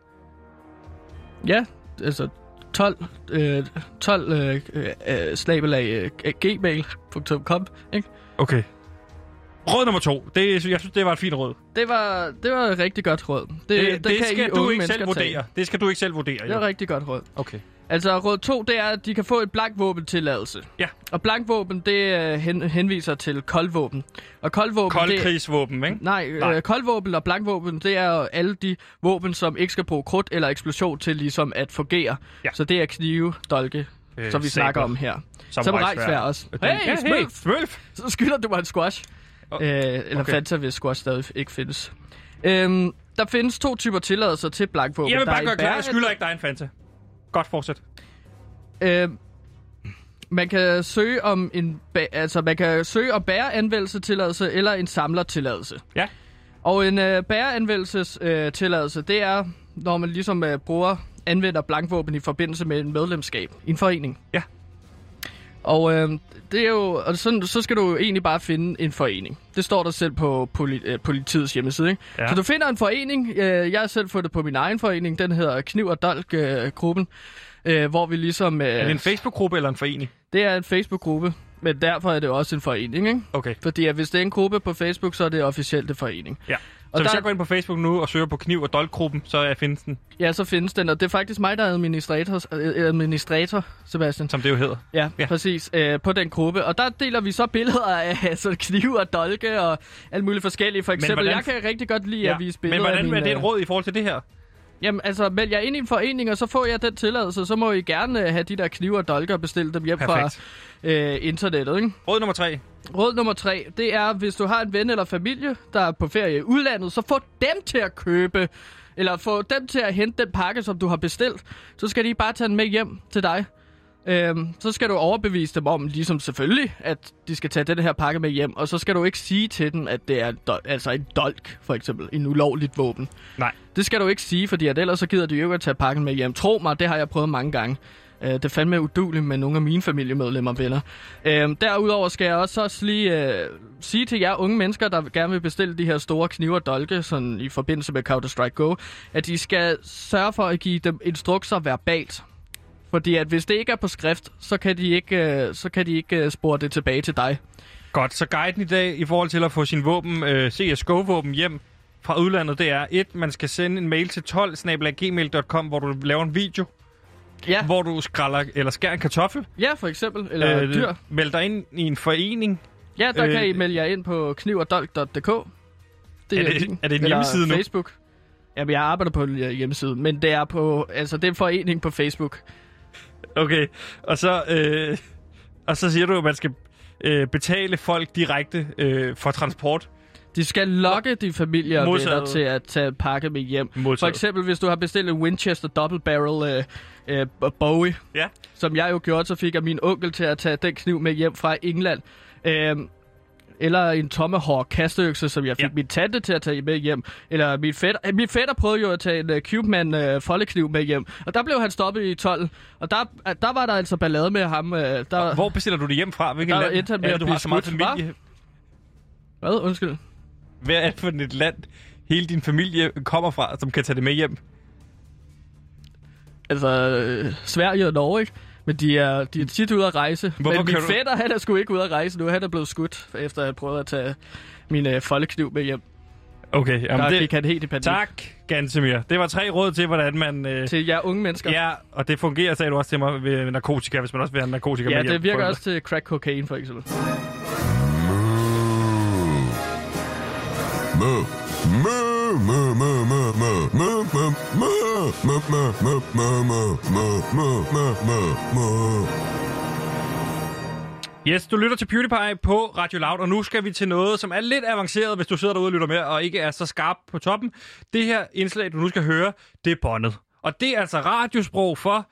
Ja, altså 12, øh, 12 øh, øh, øh, snabelag øh, gmail.com, ikke? Okay. Råd nummer to. Det, jeg synes, det var et fint råd. Det var, det var et rigtig godt råd. Det, Det, det, det, det kan I skal unge du ikke selv mennesker vurdere. Tage. Det skal du ikke selv vurdere. Det er jo. et rigtig godt råd. Okay. Altså, råd 2, det er, at de kan få et blankvåbentilladelse. Ja. Og blankvåben, det øh, hen, henviser til koldvåben. Og koldvåben, det... Koldkrigsvåben, ikke? Nej, Nej. Øh, koldvåben og blankvåben, det er jo alle de våben, som ikke skal bruge krudt eller eksplosion til ligesom at fungere. Ja. Så det er knive, dolke, Øh, øh, som vi saber. snakker om her. Som som rejsvær. rejsvær også. Og det- Hey, Ja, hey, hey, smølf! smølf! Så skylder du mig en squash. Åh, Øh, eller okay. Fanta, hvis squash stadig ikke findes. Øhm, der findes to typer tilladelser til blankvåben. Jeg vil Der er bare et gøre klar, jeg bæret- skylder ikke dig en Fanta. Godt fortsæt. Øh, man kan søge om en ba- altså man kan søge om bæreanvendelsestilladelse eller en samlertilladelse. Ja. Og en øh, bæreanvendelsestilladelse, øh, tilladelse, det er når man ligesom øh, bruger anvender blankvåben i forbindelse med en medlemskab i en forening. Ja. Og øh, det er jo og sådan, så skal du jo egentlig bare finde en forening. Det står der selv på poli- øh, politiets hjemmeside, ikke? Ja. Så du finder en forening. Øh, jeg har selv fundet på min egen forening. Den hedder Kniv og Dolk øh, gruppen, øh, hvor vi ligesom øh, Er det en Facebook-gruppe eller en forening? det er en Facebook-gruppe, men derfor er det også en forening, ikke? Okay. Fordi at hvis det er en gruppe på Facebook, så er det officielt en forening. Ja. Så Og hvis der- jeg går ind på Facebook nu og søger på kniv- og dolkgruppen, så er jeg findes den, Ja, så findes den, og det er faktisk mig, der er administrator, øh, administrator Sebastian. som det jo hedder. Ja, Ja. ja. præcis, øh, på den gruppe. Og der deler vi så billeder af altså, knive og dolke og alt muligt forskelligt. For eksempel, hvordan- hvordan... jeg kan rigtig godt lide ja. at vise billeder Men hvordan af mine, er det et råd i forhold til det her? Jamen, altså, meld jer ind i en forening, og så får jeg den tilladelse. Så må I gerne øh, have de der knive og dolke og bestille dem hjem Perfekt. fra øh, internettet, ikke? Råd nummer tre. Råd nummer tre, det er, hvis du har en ven eller familie, der er på ferie i udlandet, så få dem til at købe, eller få dem til at hente den pakke, som du har bestilt. Så skal de bare tage den med hjem til dig. Øhm, så skal du overbevise dem om, ligesom selvfølgelig, at de skal tage den her pakke med hjem, og så skal du ikke sige til dem, at det er en dol- altså en dolk, for eksempel, en ulovligt våben. Nej. Det skal du ikke sige, fordi at ellers så gider de jo ikke at tage pakken med hjem. Tro mig, det har jeg prøvet mange gange. Øh, det er fandme uduligt med nogle af mine familiemedlemmer og venner. Øh, derudover skal jeg også, også lige øh, sige til jer unge mennesker, der gerne vil bestille de her store kniver og dolke sådan i forbindelse med Counter-Strike Go, at de skal sørge for at give dem instrukser verbalt. Fordi at hvis det ikke er på skrift, så kan de ikke, øh, så kan de ikke øh, spore det tilbage til dig. Godt, så guiden i dag i forhold til at få sin våben, øh, CSGO-våben hjem fra udlandet, det er et, man skal sende en mail til 12 gmail.com, hvor du laver en video, ja. hvor du skræller, eller skærer en kartoffel, Ja, for eksempel. Eller øh, dyr. meld dig ind i en forening. Ja, der øh, kan I øh, melde jer ind på knivogdolk.dk. Er det- din. er det en Eller hjemmeside nu? Facebook. Jamen, jeg arbejder på en øh, hjemmeside, men det er på, altså, det er en forening på Facebook. Okay, og så, øh, og så siger du, at man skal øh, betale folk direkte øh, for transport. De skal lokke de familier og Modtaget. venner til at tage en pakke med hjem. Modtaget. For eksempel, hvis du har bestilt en Winchester Double Barrel øh, øh, Bowie, Ja. som jeg jo gjorde, så fik jeg min onkel til at tage den kniv med hjem fra England. Øh, eller en Tomahawk kasteøkse, som jeg fik ja. min tante til at tage med hjem. Eller min fætter, øh, min fætter prøvede jo at tage en uh, Cubeman uh, foldekniv med hjem. Og der blev han stoppet i 12. Og der, uh, der var der altså ballade med ham. Uh, der, Hvor bestiller du det hjem fra? Hvilket Der land? endte han med Ja, at du blive har så meget skudt, hva'? familie. Hvad? Undskyld. Hvad er det for et land, hele din familie kommer fra, som kan tage det med hjem? altså øh, Sverige og Norge, ikke? Men de er, de er tit ude at rejse. Hvorfor Men min kan du- fætter, han er sgu ikke ude at rejse nu. Han er blevet skudt, efter at jeg prøvede at tage min øh, foldekniv med hjem. Okay, Der gik han helt i panik. Tak, Gantemir. Det var tre råd til, hvordan man... Øh, Til jer unge mennesker. Ja, og det fungerer, sagde du også til mig, ved narkotika, hvis man også vil have narkotika Ja, med hjem. det virker også til crack cocaine, for eksempel. Mø. Mø, mø, mø, mø, mø, mø, mø, mø, mø, mø, mø, mø, mø, mø, mø, mø, mø, mø. Yes, du lytter til PewDiePie på Radio Loud, og nu skal vi til noget, som er lidt avanceret, hvis du sidder derude og lytter med, og ikke er så skarp på toppen. Det her indslag, du nu skal høre, det er båndet. Og det er altså radiosprog for,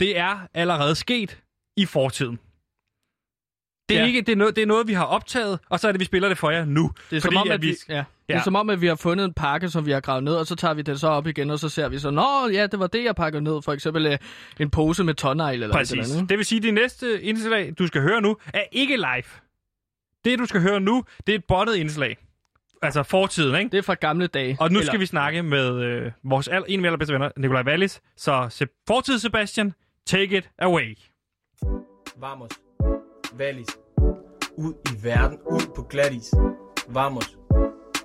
det er allerede sket i fortiden. Det er, ja. Ja. ikke, det, er noget, det er noget, vi har optaget, og så er det, vi spiller det for jer nu. Det er, som om, at vi, ja. Ja. det er som om, at vi har fundet en pakke, som vi har gravet ned, og så tager vi den så op igen, og så ser vi så, Nå, ja, det var det, jeg pakkede ned. For eksempel øh, en pose med tonnegl eller et Præcis. eller andet. Det vil sige, at det næste indslag, du skal høre nu, er ikke live. Det, du skal høre nu, det er et båndet indslag. Altså fortiden, ikke? Det er fra gamle dage. Og nu Eller- skal vi snakke med øh, vores al, en af mine allerbedste venner, Nikolaj Wallis. Så se, fortid, Sebastian. Take it away. Vamos. Valis. Ud i verden. Ud på glatis. Vamos.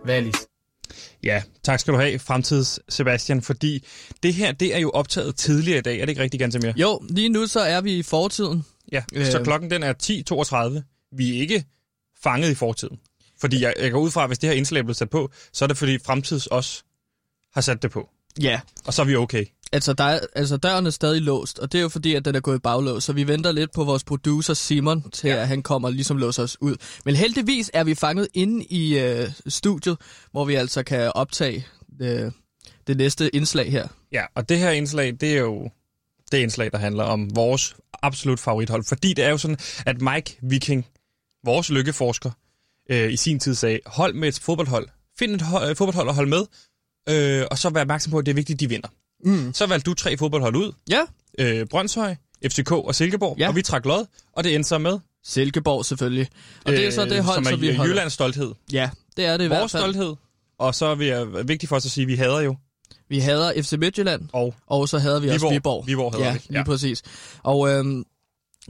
Valis. Ja, tak skal du have, fremtids Sebastian, fordi det her, det er jo optaget tidligere i dag, er det ikke rigtigt, Gantemir? Jo, lige nu så er vi i fortiden. Ja, så Øh. klokken den er 10.32. Vi er ikke fanget i fortiden. Fordi jeg, jeg går ud fra, at hvis det her indslag blev sat på, så er det fordi fremtids os har sat det på. Ja. Og så er vi okay. Altså, der er, altså, døren er stadig låst, og det er jo fordi, at den er gået i baglås, så vi venter lidt på vores producer Simon, til ja. at han kommer og ligesom låser os ud. Men heldigvis er vi fanget inde i øh, studiet, hvor vi altså kan optage øh, det næste indslag her. Ja, og det her indslag, det er jo det indslag, der handler om vores absolut favorithold. Fordi det er jo sådan, at Mike Viking, vores lykkeforsker, øh, i sin tid sagde, hold med et fodboldhold. Find et ho- øh, fodboldhold at holde med, øh, og så vær opmærksom på, at det er vigtigt, at de vinder. Mm. Så valgte du tre fodboldhold ud. Ja. Øh, Brøndshøj, FCK og Silkeborg, ja. og vi trak lod, og det endte så med... Silkeborg selvfølgelig. Og det er så det hold, Øh, som er som vi holder. Jyllands stolthed. Ja, det er det i vores hvert fald. stolthed, og så er vi øh, vigtigt for os at sige, at vi hader jo. Vi hader FC Midtjylland, og, og så hader vi også Viborg. Viborg. Viborg hader ja, vi, lige ja. præcis. Og øhm,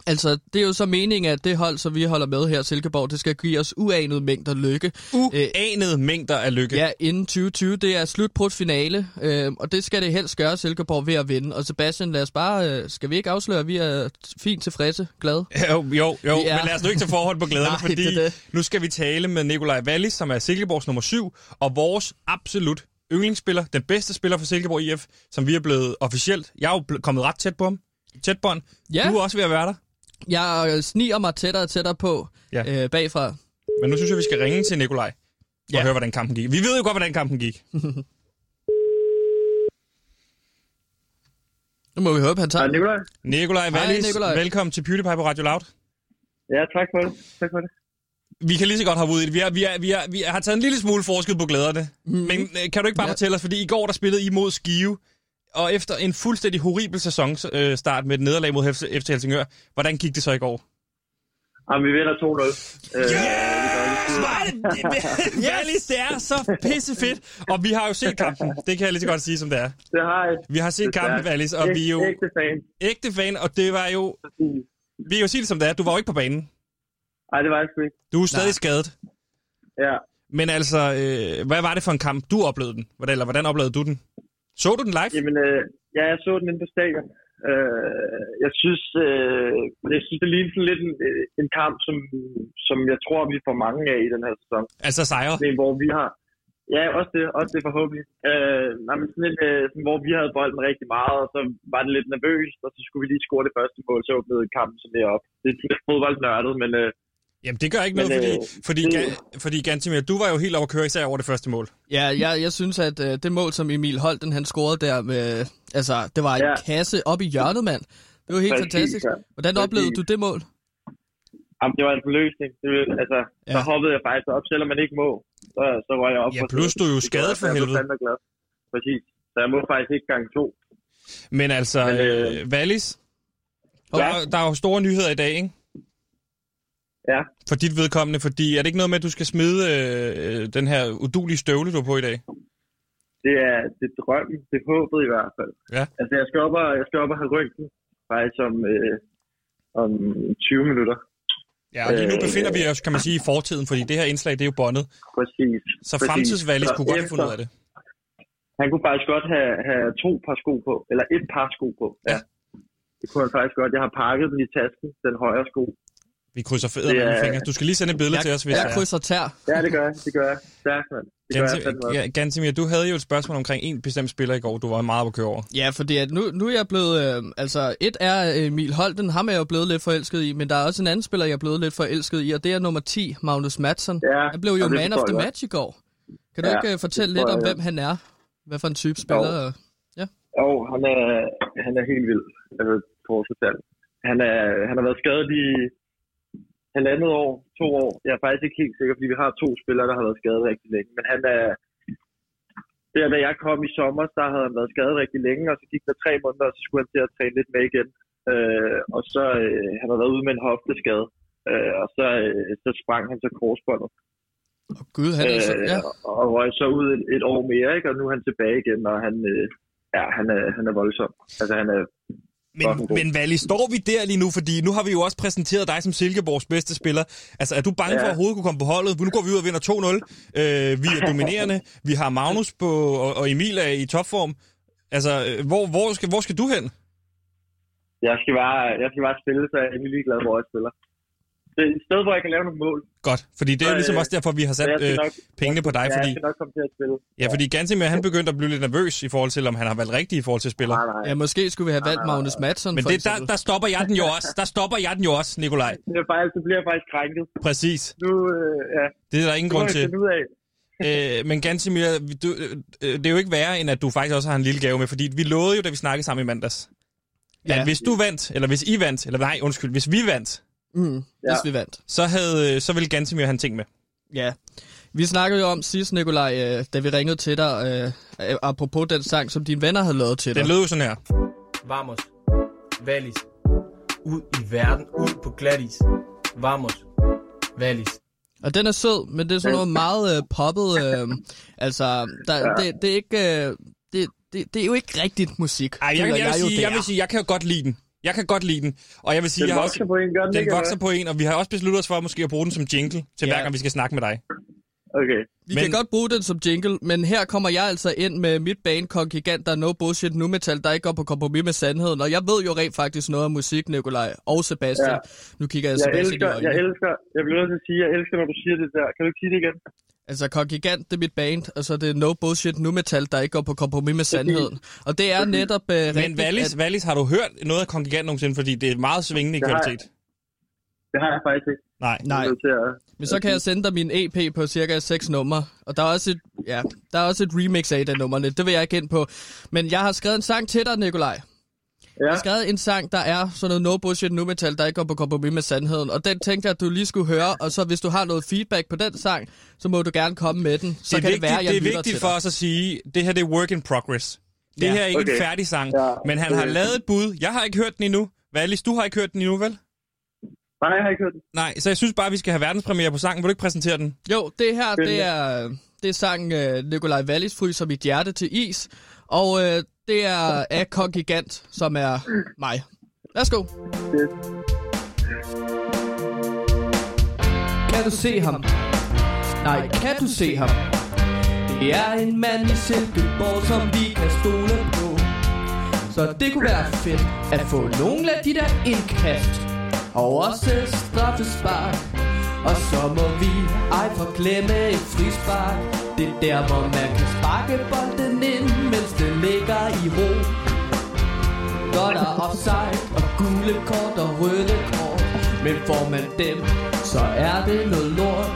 altså, det er jo så meningen, at det hold, som vi holder med her, Silkeborg, det skal give os uanede mængder lykke. Uanede øh, mængder af lykke. Ja, inden 2020. Det er slutbrudt finale, øh, og det skal det helst gøre Silkeborg ved at vinde. Og Sebastian, lad os bare, øh, skal vi ikke afsløre, at vi er fint tilfredse, glade? Jo, jo, jo. Vi er- men lad os nu ikke tage forhold på glæderne, Nej, fordi det er det. nu skal vi tale med Nikolaj Wallis, som er Silkeborgs nummer 7, og vores absolut yndlingsspiller, den bedste spiller for Silkeborg IF, som vi er blevet officielt. Jeg er jo ble- kommet ret tæt på ham. Tæt bånd. Ja. Du er også ved at være der. Jeg øh, sniger mig tættere og tættere på ja. øh, bagfra. Men nu synes jeg, vi skal ringe til Nikolaj og ja. høre, hvordan kampen gik. Vi ved jo godt, hvordan kampen gik. Nu må vi håbe, han tager Ah, Hej, Nikolaj. Nikolaj Hej, Wallis, Nikolaj. velkommen til PewDiePie på Radio Loud. Ja, tak for det. Tak for det. Vi kan lige så godt hoppe ud i det. Vi, er, vi, er, vi, er, vi har taget en lille smule forskud på glæderne. Mhm. Mm. Men øh, kan du ikke bare ja. fortælle os, fordi i går der spillede I mod Skive, og efter en fuldstændig horribel øh, sæsonstart med et nederlag mod FC FC Helsingør, hvordan gik det så i går? Ah, Jamen, vi vinder 2-0. Øh, yeah! Valis, det er så pissefedt. Og vi har jo set kampen. Det kan jeg lige så godt sige, som det er. Det har jeg. Vi har set kampen, Desværre. Valis, og vi er jo... Æg- Ægte fan. Ægte fan, og det var jo... Vi kan jo sige det, som det er. Du var jo ikke på banen. Nej, det var jeg sgu ikke. Du er stadig Nej. skadet. Ja. Men altså, øh, hvad var det for en kamp, du oplevede den? Hvordan, eller hvordan oplevede du den? Så du den live? Jamen, øh, ja, jeg så den inde på stadion. Øh, jeg synes, øh, jeg synes, det ligner sådan lidt en, øh, en kamp, som, som jeg tror, vi får mange af i den her sæson. Altså sejre? Sådan en, hvor vi har... Ja, også det, også det forhåbentlig. Øh, nej, men sådan en, øh, sådan, hvor vi havde bolden rigtig meget, og så var det lidt nervøst, og så skulle vi lige score det første mål, så åbnede kampen sådan der op. Det er lidt fodboldnørdet, men... Øh, Jamen, det gør ikke noget, Men, fordi, øh, fordi, det- Ga- fordi Gantimir, du var jo helt oppe at køre, især over det første mål. Ja, jeg, jeg synes, at øh, det mål, som Emil Holten han scorede der, med, altså, det var en ja. Ja. kasse op i hjørnet, mand. Det var helt Præcis, fantastisk. ja. Hvordan Præcis. oplevede du det mål? Jamen, det var en forløsning. Det, vil- altså, ja. Så hoppede jeg faktisk op, selvom man ikke må. Så, så var jeg op. Ja, plus du er jo skadet for helvede. Jeg blev fandme glad. Præcis. Så jeg må faktisk ikke gang to. Men altså, Men, øh, Valis, der, er- der er jo store nyheder i dag, ikke? Ja. For dit vedkommende, fordi er det ikke noget med, at du skal smide øh, øh, den her udulige støvle, du har på i dag? Det er, det er drømmen, det er håbet i hvert fald. Ja. Altså, jeg skal op og, jeg skal op og have ryggen faktisk om, øh, om 20 minutter. Ja, og lige nu Øh, befinder vi os, kan man sige, i fortiden, fordi det her indslag, det er jo bondet. Præcis. Så Præcis. fremtidsvalget Så kunne godt have efter- fundet ud af det. Han kunne faktisk godt have, have to par sko på, eller et par sko på. Ja. Det kunne han faktisk godt. Jeg har pakket den i tasken, den højre sko. Vi krydser fædre Det med er- alle fingre. Du skal lige sende et billede til os, hvis jeg det er. krydser tær. Ja, det gør jeg. Det gør jeg. Stærkt, mand. Det gør jeg fandme Gantimir, også. ja, Gantimir, du havde jo et spørgsmål omkring en bestemt spiller i går, du var meget på at køre over. Ja, fordi at nu, nu er jeg blevet... Øh, altså, et er øh, Emil Holten, ham er jeg jo blevet lidt forelsket i, men der er også en anden spiller, jeg er blevet lidt forelsket i, og det er nummer 10, Magnus Madsen. Ja, han blev jo og det man forstår of the jeg godt. match i går. Kan du Ja, ikke øh, det fortælle forstår lidt om, jeg hvem godt. han er? Hvad for en type spiller? Jo. Jo, han er, han er helt vild. Altså, Porsche Han, er, han har været skadet i halvandet år, to år. Jeg er faktisk ikke helt sikker, fordi vi har to spillere, der har været skadet rigtig længe. Men han er... Der, da jeg kom i sommer, der havde han været skadet rigtig længe, og så gik der tre måneder, og så skulle han til at træne lidt med igen. Øh, og så øh, han har været ude med en hofteskade, øh, og så, øh, så sprang han så korsbåndet. Gud, han er så... Ja. og, og røg så ud et, et år mere, ikke? og nu er han tilbage igen, og han, øh, ja, han, er, han er voldsom. Altså, han er Men, men Valle, står vi der lige nu? Fordi nu har vi jo også præsenteret dig som Silkeborgs bedste spiller. Altså, er du bange ja. Ja. for at overhovedet kunne komme på holdet? Nu går vi ud og vinder 2-0. Øh, vi er dominerende. Vi har Magnus på, og, og Emil er i topform. Altså, øh, hvor, hvor, skal, hvor skal du hen? jeg, skal bare, jeg skal bare spille, så jeg er endelig ligeglad, hvor jeg spiller. Det er et sted, hvor jeg kan lave nogle mål. Godt, fordi det er jo Så, ligesom øh, også derfor, vi har så sat jeg skal øh, nok- pengene på dig. ja, Fordi, jeg skal nok komme til at spille. ja, fordi Gantemir, han begyndte at blive lidt nervøs i forhold til, om han har valgt rigtigt i forhold til spiller. Ja, måske skulle vi have valgt Magnus Madsen, Men for det, der, eksempel. der stopper jeg den jo også. Der stopper jeg den jo også, Nikolaj. Det, er faktisk, det bliver jeg faktisk krænket. Præcis. Nu, øh, ja. Det er der ingen Nu må grund jeg til. finde ud øh, af. men Gansimir, du, øh, øh, det er jo ikke værre, end at du faktisk også har en lille gave med, fordi vi lovede jo, da vi snakkede sammen i mandags, ja. Ja. at hvis du vandt, eller hvis I vandt, eller nej, undskyld, hvis vi vandt, Mm, ja. Hvis vi vandt. så, havde, øh, så ville Gansimir have en ting med. Ja. Vi snakkede jo om sidst, Nikolaj, øh, da vi ringede til dig, øh, øh, apropos den sang, som dine venner havde lavet til dig. Den lød jo sådan her. Vamos. Valis. Ud i verden. Ud på glatis. Vamos. Valis. Og den er sød, men det er sådan noget meget øh, poppet. Øh, altså, der, ja. Ja. det, det, er ikke, øh, det, det, det er jo ikke rigtigt musik. Ej, Jeg, jeg, jeg, vil sige, jeg vil sige, jeg kan jo godt lide den. Jeg kan godt lide den. Og jeg vil sige, Den jeg har vokser også, på en, gør den den ikke, vokser eller på en, og vi har også besluttet os for måske at bruge den som jingle til ja. hver gang, vi skal snakke med dig. Okay. Vi men... kan godt bruge den som jingle, men her kommer jeg altså ind med mit banekong gigant, der er no bullshit nu metal, der ikke går på kompromis med sandheden. Og jeg ved jo rent faktisk noget om musik, Nikolaj og Sebastian. Ja. Ja. Nu kigger jeg Jeg Sebastian elsker, i øjnene. jeg elsker, jeg bliver nødt til at sige, jeg elsker, når du siger det der. Kan du ikke sige det igen? Altså, Kong Gigant, det er mit band, og så er det No Bullshit Nu Metal, der ikke går på kompromis med sandheden. Og det er netop uh, Men Wallis, Wallis, har du hørt noget af Kongigant nogensinde? Fordi det er meget svingende i Det har jeg. kvalitet. Det har jeg faktisk ikke. Nej. Nej. Men så kan jeg sende dig min EP på cirka 6 numre, og der er også et, ja, der er også et remix af et af numrene, det vil jeg ikke ind på. Men jeg har skrevet en sang til dig, Nikolaj. Ja. Jeg har skrevet en sang, der er sådan noget no bullshit nu metal, der ikke går på kompromis med sandheden. Og den tænkte jeg, at du lige skulle høre, og så hvis du har noget feedback på den sang, så må du gerne komme med den. det Så er kan vigtigt, det være, jeg det er lytter vigtigt til for dig. os at sige, det her det er work in progress. Det Ja. her er ikke okay. en Okay. færdig sang, Ja. men han har Okay. lavet et bud. Jeg har ikke hørt den endnu. Valis, du har ikke hørt den endnu, vel? Nej, jeg har ikke hørt den. Nej, så jeg synes bare, vi skal have verdenspremiere på sangen. Vil du ikke præsentere den? Jo, det her, det er, det er sangen øh, Nikolaj Wallis fryser mit hjerte til is, og øh, det er af Kong Gigant, som er mig. Værsgo. Kan du se ham? Nej, kan du se ham? Det er en mand i Silkeborg, som vi kan stole på. Så det kunne være fedt at få nogle af de der indkast. Og også et straffespark. Og så må vi ej forglemme et frispark. Det er der, hvor man kan sparke bolden ind, mens den ligger i ro. Når der er offside og gule kort og røde kort. Men får man dem, så er det noget lort.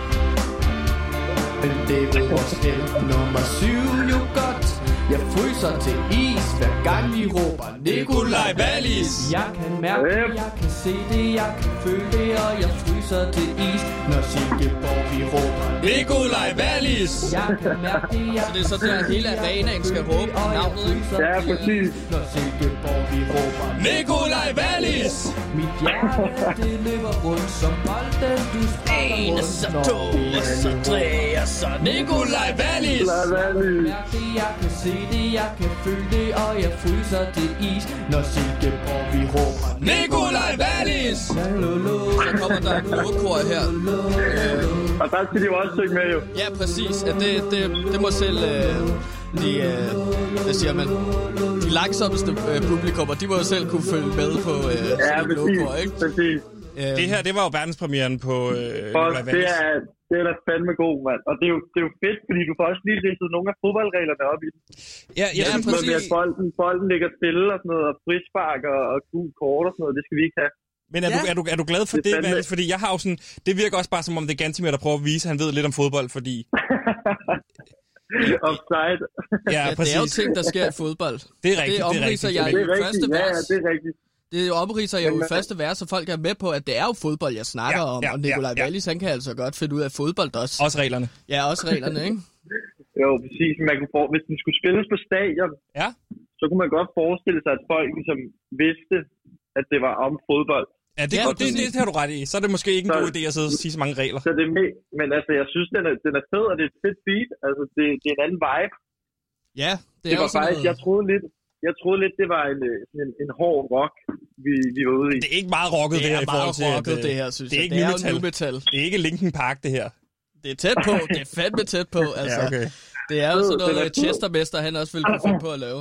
Men det ved vores held nummer syv jo godt Jeg fryser til is, hver gang vi råber Nikolaj Wallis Jeg kan mærke det, jeg kan se det, jeg kan føle det Og jeg fryser til is, når Silkeborg vi råber Nikolaj Wallis Jeg kan mærke det, jeg Så det er så der hele arenaen skal råbe navnet, ikke? Ja, præcis. Når Silkeborg vi råber Nikolaj Wallis Mit hjerte, det løber rundt som bolden, du sparker rundt Og så to, og så tre, og så Nikolaj Wallis Nikolaj Wallis. Mærk det, jeg kan se det, jeg kan føle det, og jeg fryser til is Når Silkeborg vi råber Nikolaj Wallis Så kommer der en ordkor her Og der skal de jo også synge med, jo. Ja, præcis. Ja, det, det, det må selv øh, de, øh, hvad siger man, de langsommeste øh, publikummer, de må jo selv kunne følge med på øh, sådan et præcis, logo, ikke? Øhm, præcis. Det her, det var jo verdenspremieren på øh, Og Nikolaj det Wallis. er, det er da fandme god, mand. Og det er, jo, det er jo fedt, fordi du får også lige ridset nogle af fodboldreglerne op i den. Ja, ja, Sådan noget med, præcis. at bolden, bolden ligger stille og sådan noget, og frispark og, og gul kort og sådan noget, det skal vi ikke have. Men er, ja. du, er, du, er du glad for Det det, er det fandme- Wallis? Fordi jeg har jo sådan... Det virker også bare som om, det er Gantimer, der prøver at vise, at han ved lidt om fodbold, fordi... Offside. Ja, Ja, det er jo præcis. ting, der sker i fodbold. Det er rigtigt, det det er omridser rigtigt, jeg det er i det rigtigt. første Ja, ja, vers. det er rigtigt. Det omridser jeg jo Men- i første vers, så folk er med på, at det er jo fodbold, jeg snakker Ja, om. ja, Og Nikolaj ja, ja. Wallis, han kan altså godt finde ud af fodbold også. Også reglerne. Ja, også reglerne, ikke? Jo, præcis. Man kunne for... Hvis den skulle spilles på stadion, ja. så kunne man godt forestille sig, at folk ligesom vidste, at det var om fodbold. Ja, det, ja, det, det, det, har du ret i. Så er det måske ikke en god idé at sidde og sige så mange regler. Så det er med, men altså, jeg synes, den er, den er fed, og det er et fedt beat. Altså, det, det er en anden vibe. Ja, det, Det, er det var også faktisk, jeg troede lidt, jeg troede lidt, det var en, øh, sådan en, en hård rock, vi, vi var ude i. Det er ikke meget rocket, Det det, her. er i meget forhold til, at, rocket, øh, det her, synes Det er jeg. ikke Det er jo nu-metal. nu-metal. Det er ikke Linkin Park, det her. Det er tæt på. Det er fandme tæt på, altså. Ja, okay. Det er jo Fed, sådan den er noget, øh, fed. Chestermester, han også ville kunne finde på at lave.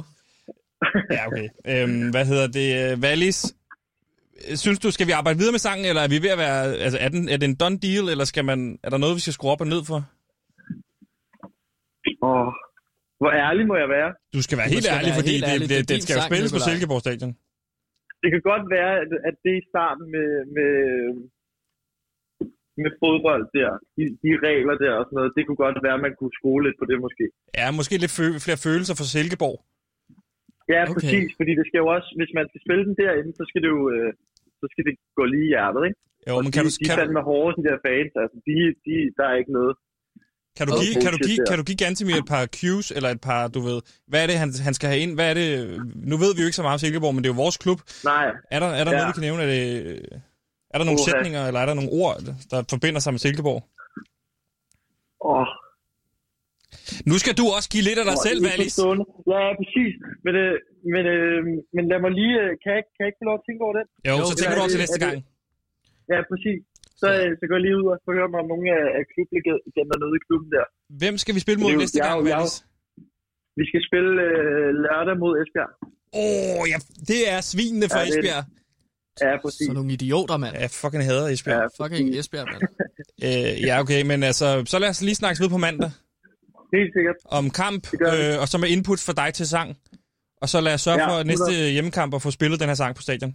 Ja, okay. Øhm, hvad hedder det? øh, Wallis, synes du, skal vi arbejde videre med sangen, eller er vi ved at være... Altså, er, den, er det en done deal, eller skal man, er der noget, vi skal skrue op og ned for? Åh, hvor ærlig må jeg være? Du skal være Du helt skal ærlig, være fordi helt det, ærlig. det, Det det, er det din skal jo sang, spilles på Nikolaj. Silkeborg Stadion. Det kan godt være, at, at det i starten med, med, med fodbold der, de, de regler der og sådan noget, det kunne godt være, at man kunne skrue lidt på det måske. Ja, måske lidt fø- flere følelser for Silkeborg. Ja, Okay. okay. præcis, fordi det skal jo også, hvis man skal spille den derinde, så skal det jo øh, så skal det gå lige i hjertet, ikke? Jo, og men de, kan du, de kan, er du, fandme hårde, de der fans, altså, de, de, der er ikke noget. kan, du noget give, kan, du bullshit give, der. kan du give Gantemir et par cues, eller et par, du ved, hvad er det, han, han skal have ind? Hvad er det, nu ved vi jo ikke så meget om Silkeborg, men det er jo vores klub. Nej, Er der, er der ja. Ja. noget, vi kan nævne? Er, det, er der nogle Uha. sætninger, eller er der nogle ord, der forbinder sig med Silkeborg? åh, Nu skal du også give lidt af dig Nå, selv, ikke på Valis. stående. Ja, ja, præcis. Men, øh, men, øh, men lad mig lige... Øh, kan, jeg, ikke- kan jeg ikke få lov at tænke over den? Jo, så tænker er du over til det- næste er det- gang. Ja, præcis. Så, øh, så går jeg lige ud og forhører mig om nogle af, af klublegender nede i klubben der. Hvem skal vi spille mod Det er jo- næste jeg er gang, jo- jeg er jo- Valis? Vi skal spille øh, lørdag mod Esbjerg. Åh, ja, det er svinene fra Ja, det er det. Esbjerg. Ja, præcis. Så nogle idioter, mand. Jeg fucking hader Esbjerg. Ja, Fucking Esbjerg, mand. Øh, ja, okay, men altså, så lad os lige snakkes ved på mandag helt sikkert. om kamp, gør vi. øh, og så med input fra dig til sang. Og så lad os sørge Ja, for næste 100. hjemmekamp at få spillet den her sang på stadion.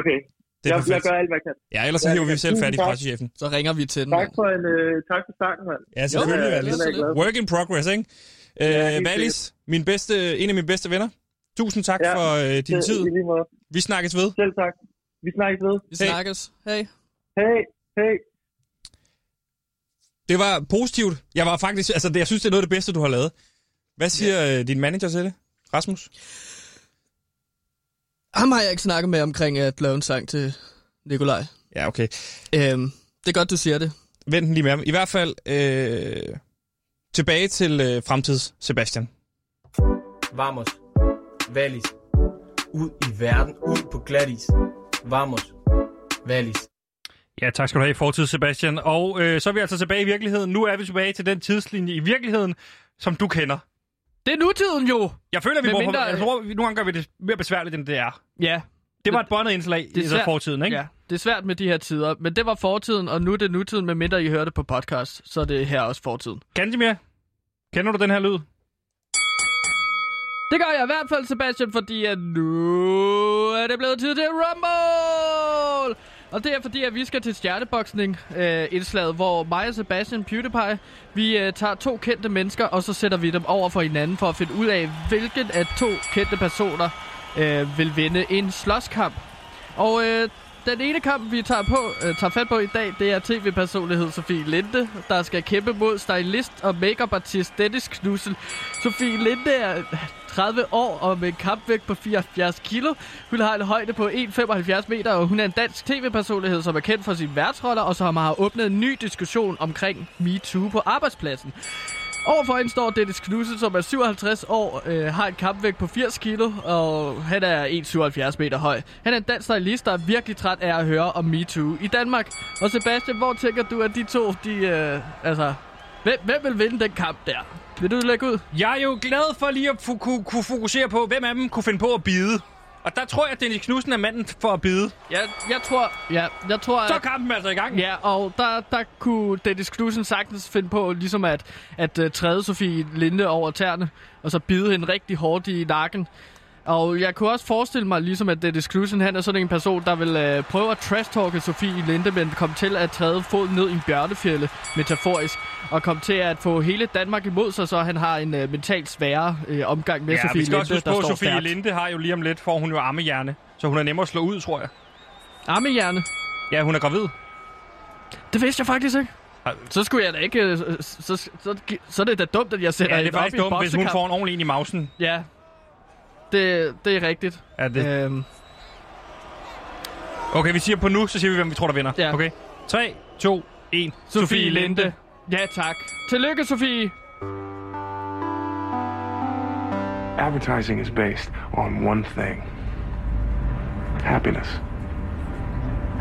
Okay. Det er jeg, jeg perfekt. gør alt, hvad jeg kan. Ja, ellers så Ja, hiver vi ja, selv fat i tusind tak. pressechefen. Så ringer vi til den, Tak mand. for, en, øh, tak for sangen, mand. Ja, selvfølgelig, Den er- Valis. den er jeg glad for. Work in progress, ikke? Ja, Øh, helt Valis, min bedste, en af mine bedste venner. Tusind tak Ja, for øh, din Det- tid. I lige måde. Vi snakkes ved. Selv tak. Vi snakkes ved. Vi Hey. snakkes. Hej. Hey, hey. Det var positivt. Jeg var faktisk, altså, det- jeg synes, det er noget af det bedste, du har lavet. Hvad siger øh, din manager til det? Rasmus? Ham har jeg ikke snakket med omkring at lave en sang til Nikolaj. Ja, okay. Øhm, det er godt, du siger det. Vent den lige med ham. I hvert fald øh, tilbage til øh, fremtids Sebastian. Vamos. Valis. Ud i verden. Ud på glatis. Vamos. Valis. Ja, tak skal du have i fortid, Sebastian. Og øh, så er vi altså tilbage i virkeligheden. Nu er vi tilbage til den tidslinje i virkeligheden, som du kender. Det er nutiden jo. Jeg føler, vi Med bruger mindre... mindre- for, jeg tror, vi- nogle gange gør vi det mere besværligt, end det er. Ja. Det var et båndet indslag i så fortiden, ikke? Ja, det er svært med de her tider. Men det var fortiden, og nu er det nutiden, medmindre I hørte på podcast. Så er det her også fortiden. Gantimir, kender du den her lyd? Det gør jeg i hvert fald, Sebastian, fordi at nu er det blevet tid til Rumble! Og det er fordi, at vi skal til stjerneboksning øh, indslaget, hvor mig og Sebastian PewDiePie, vi øh, tager to kendte mennesker, og så sætter vi dem over for hinanden for at finde ud af, hvilken af to kendte personer øh, vil vinde en slåskamp. Og øh, den ene kamp, vi tager, på, øh, tager fat på i dag, det er tv-personlighed Sofie Linde, der skal kæmpe mod stylist og makeup-artist Dennis Knudsen. Sofie Linde er 30 år og med en kampvægt på 74 kilo. Hun har en højde på 1,75 meter, og hun er en dansk tv-personlighed, som er kendt for sine værtsroller, og som har åbnet en ny diskussion omkring MeToo på arbejdspladsen. Overfor hende står Dennis Knudsen, som er 57 år, øh, har en kampvægt på 80 kilo, og han er 1,77 meter høj. Han er en dansk stylist, der er virkelig træt af at høre om MeToo i Danmark. Og Sebastian, hvor tænker du, at de to, de, øh, altså, hvem, hvem vil vinde den kamp der? Vil du lægge ud? Jeg er jo glad for lige at fu- kunne, kunne fokusere på, hvem af dem kunne finde på at bide. Og der tror jeg, at Dennis Knudsen er manden for at bide. Ja, jeg tror... Ja, jeg tror, at... Så er kampen altså i gang. Ja, og der, der kunne Dennis Knudsen sagtens finde på ligesom at, at uh, træde Sofie Linde over tæerne, og så bide hende rigtig hårdt i nakken. Og jeg kunne også forestille mig ligesom, at Dennis Knudsen, han er sådan en person, der vil uh, prøve at trash-talke Sofie Linde, men kom til at træde foden ned i en bjørnefjælde, metaforisk, og kom til at få hele Danmark imod sig, så han har en uh, mentalt sværere uh, omgang med ja, Sofie vi skal Linde, også huske der på, at står Sofie stærkt. Linde har jo lige om lidt, får hun jo armehjerne. Så hun er nemmere at slå ud, tror jeg. Armehjerne? Ja, hun er gravid. Det vidste jeg faktisk ikke. Så skulle jeg da ikke... øh, Så, så, så, så er det da dumt, at jeg sætter Ja, det er hende faktisk op i en dumt, hvis hun boksekamp. får en ordentlig en i mausen. Ja. Det, det er rigtigt. Er det? Øhm. Okay, vi siger på nu, så siger vi, hvem vi tror, der vinder. Øh. Ja. Okay? 3, 2, 1. Sofie, Sofie Linde. Linde. Ja, tak. Tillykke, Sofie. Advertising is based on one thing happiness.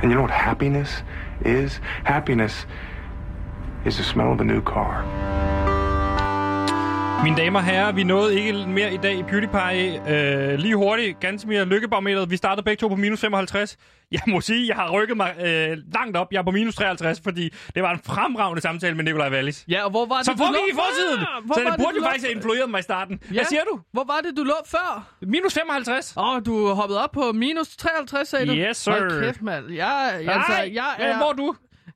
And you know what happiness is? Happiness is the smell of a new car. Mine damer og herrer, vi nåede ikke mere i dag i Beauty Pie. Øh, lige hurtigt, ganske mere lykkebarometeret. Vi startede begge to på minus 55. Jeg må sige, jeg har rykket mig øh, langt op. Jeg er på minus 53, fordi det var en fremragende samtale med Nikolaj Wallis. Ja, og hvor var Så det, får du vi lå i fortiden! før? Hvor Så var det det, burde du jo lå faktisk have før? influeret mig i starten. Ja. Hvad siger du? Hvor var det, du lå før? Minus 55. Åh, oh, du hoppede op på minus 53, sagde du? Yes, sir. Hold kæft, mand. Jeg, jeg, Nej, altså, jeg men er, hvor er du?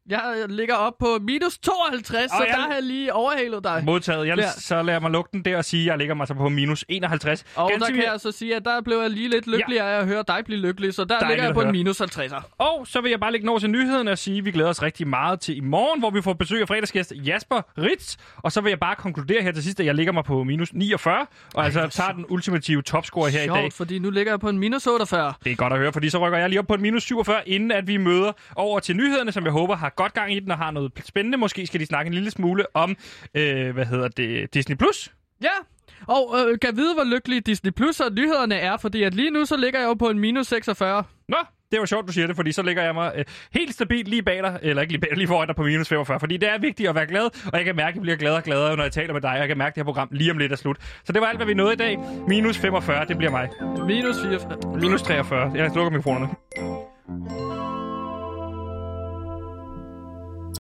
Jeg ligger op på minus 52, Og så jeg- der har jeg lige overhalet dig. Modtaget. Jeg, Ja. så lader jeg mig lukke den der og sige, at jeg ligger mig så på minus 51. Og der Ganske kan mere- jeg så sige, at der blev jeg lige lidt lykkeligere af at høre dig blive lykkelig, så der Dejligt ligger jeg at på en høre. minus 50'er. Og så vil jeg bare lægge over til nyheden og sige, at vi glæder os rigtig meget til i morgen, hvor vi får besøg af fredagsgæst Jasper Ritz. Og så vil jeg bare konkludere her til sidst, at jeg ligger mig på minus 49, og altså tager den ultimative topscore her i dag. Sjovt, fordi nu ligger jeg på en minus 48. Det er godt at høre, fordi så rykker jeg lige op på en minus 47, inden at vi møder over til nyhederne, som jeg håber har godt gang i den og har noget spændende. Måske skal de snakke en lille smule om, øh, hvad hedder det, Disney+. Plus. Ja, og øh, kan vide, hvor lykkelige Disney Plus og nyhederne er, fordi at lige nu så ligger jeg jo på en minus 46. Nå, det var sjovt, du siger det, fordi så ligger jeg mig øh, helt stabilt lige bag dig, eller ikke lige, bag, dig, lige foran dig på minus 45, fordi det er vigtigt at være glad, og jeg kan mærke, at jeg bliver gladere og gladere, når jeg taler med dig, og jeg kan mærke, at det her program lige om lidt er slut. Så det var alt, hvad vi nåede i dag. Minus 45, det bliver mig. Minus 44. Minus 43. Jeg slukker mikrofonerne.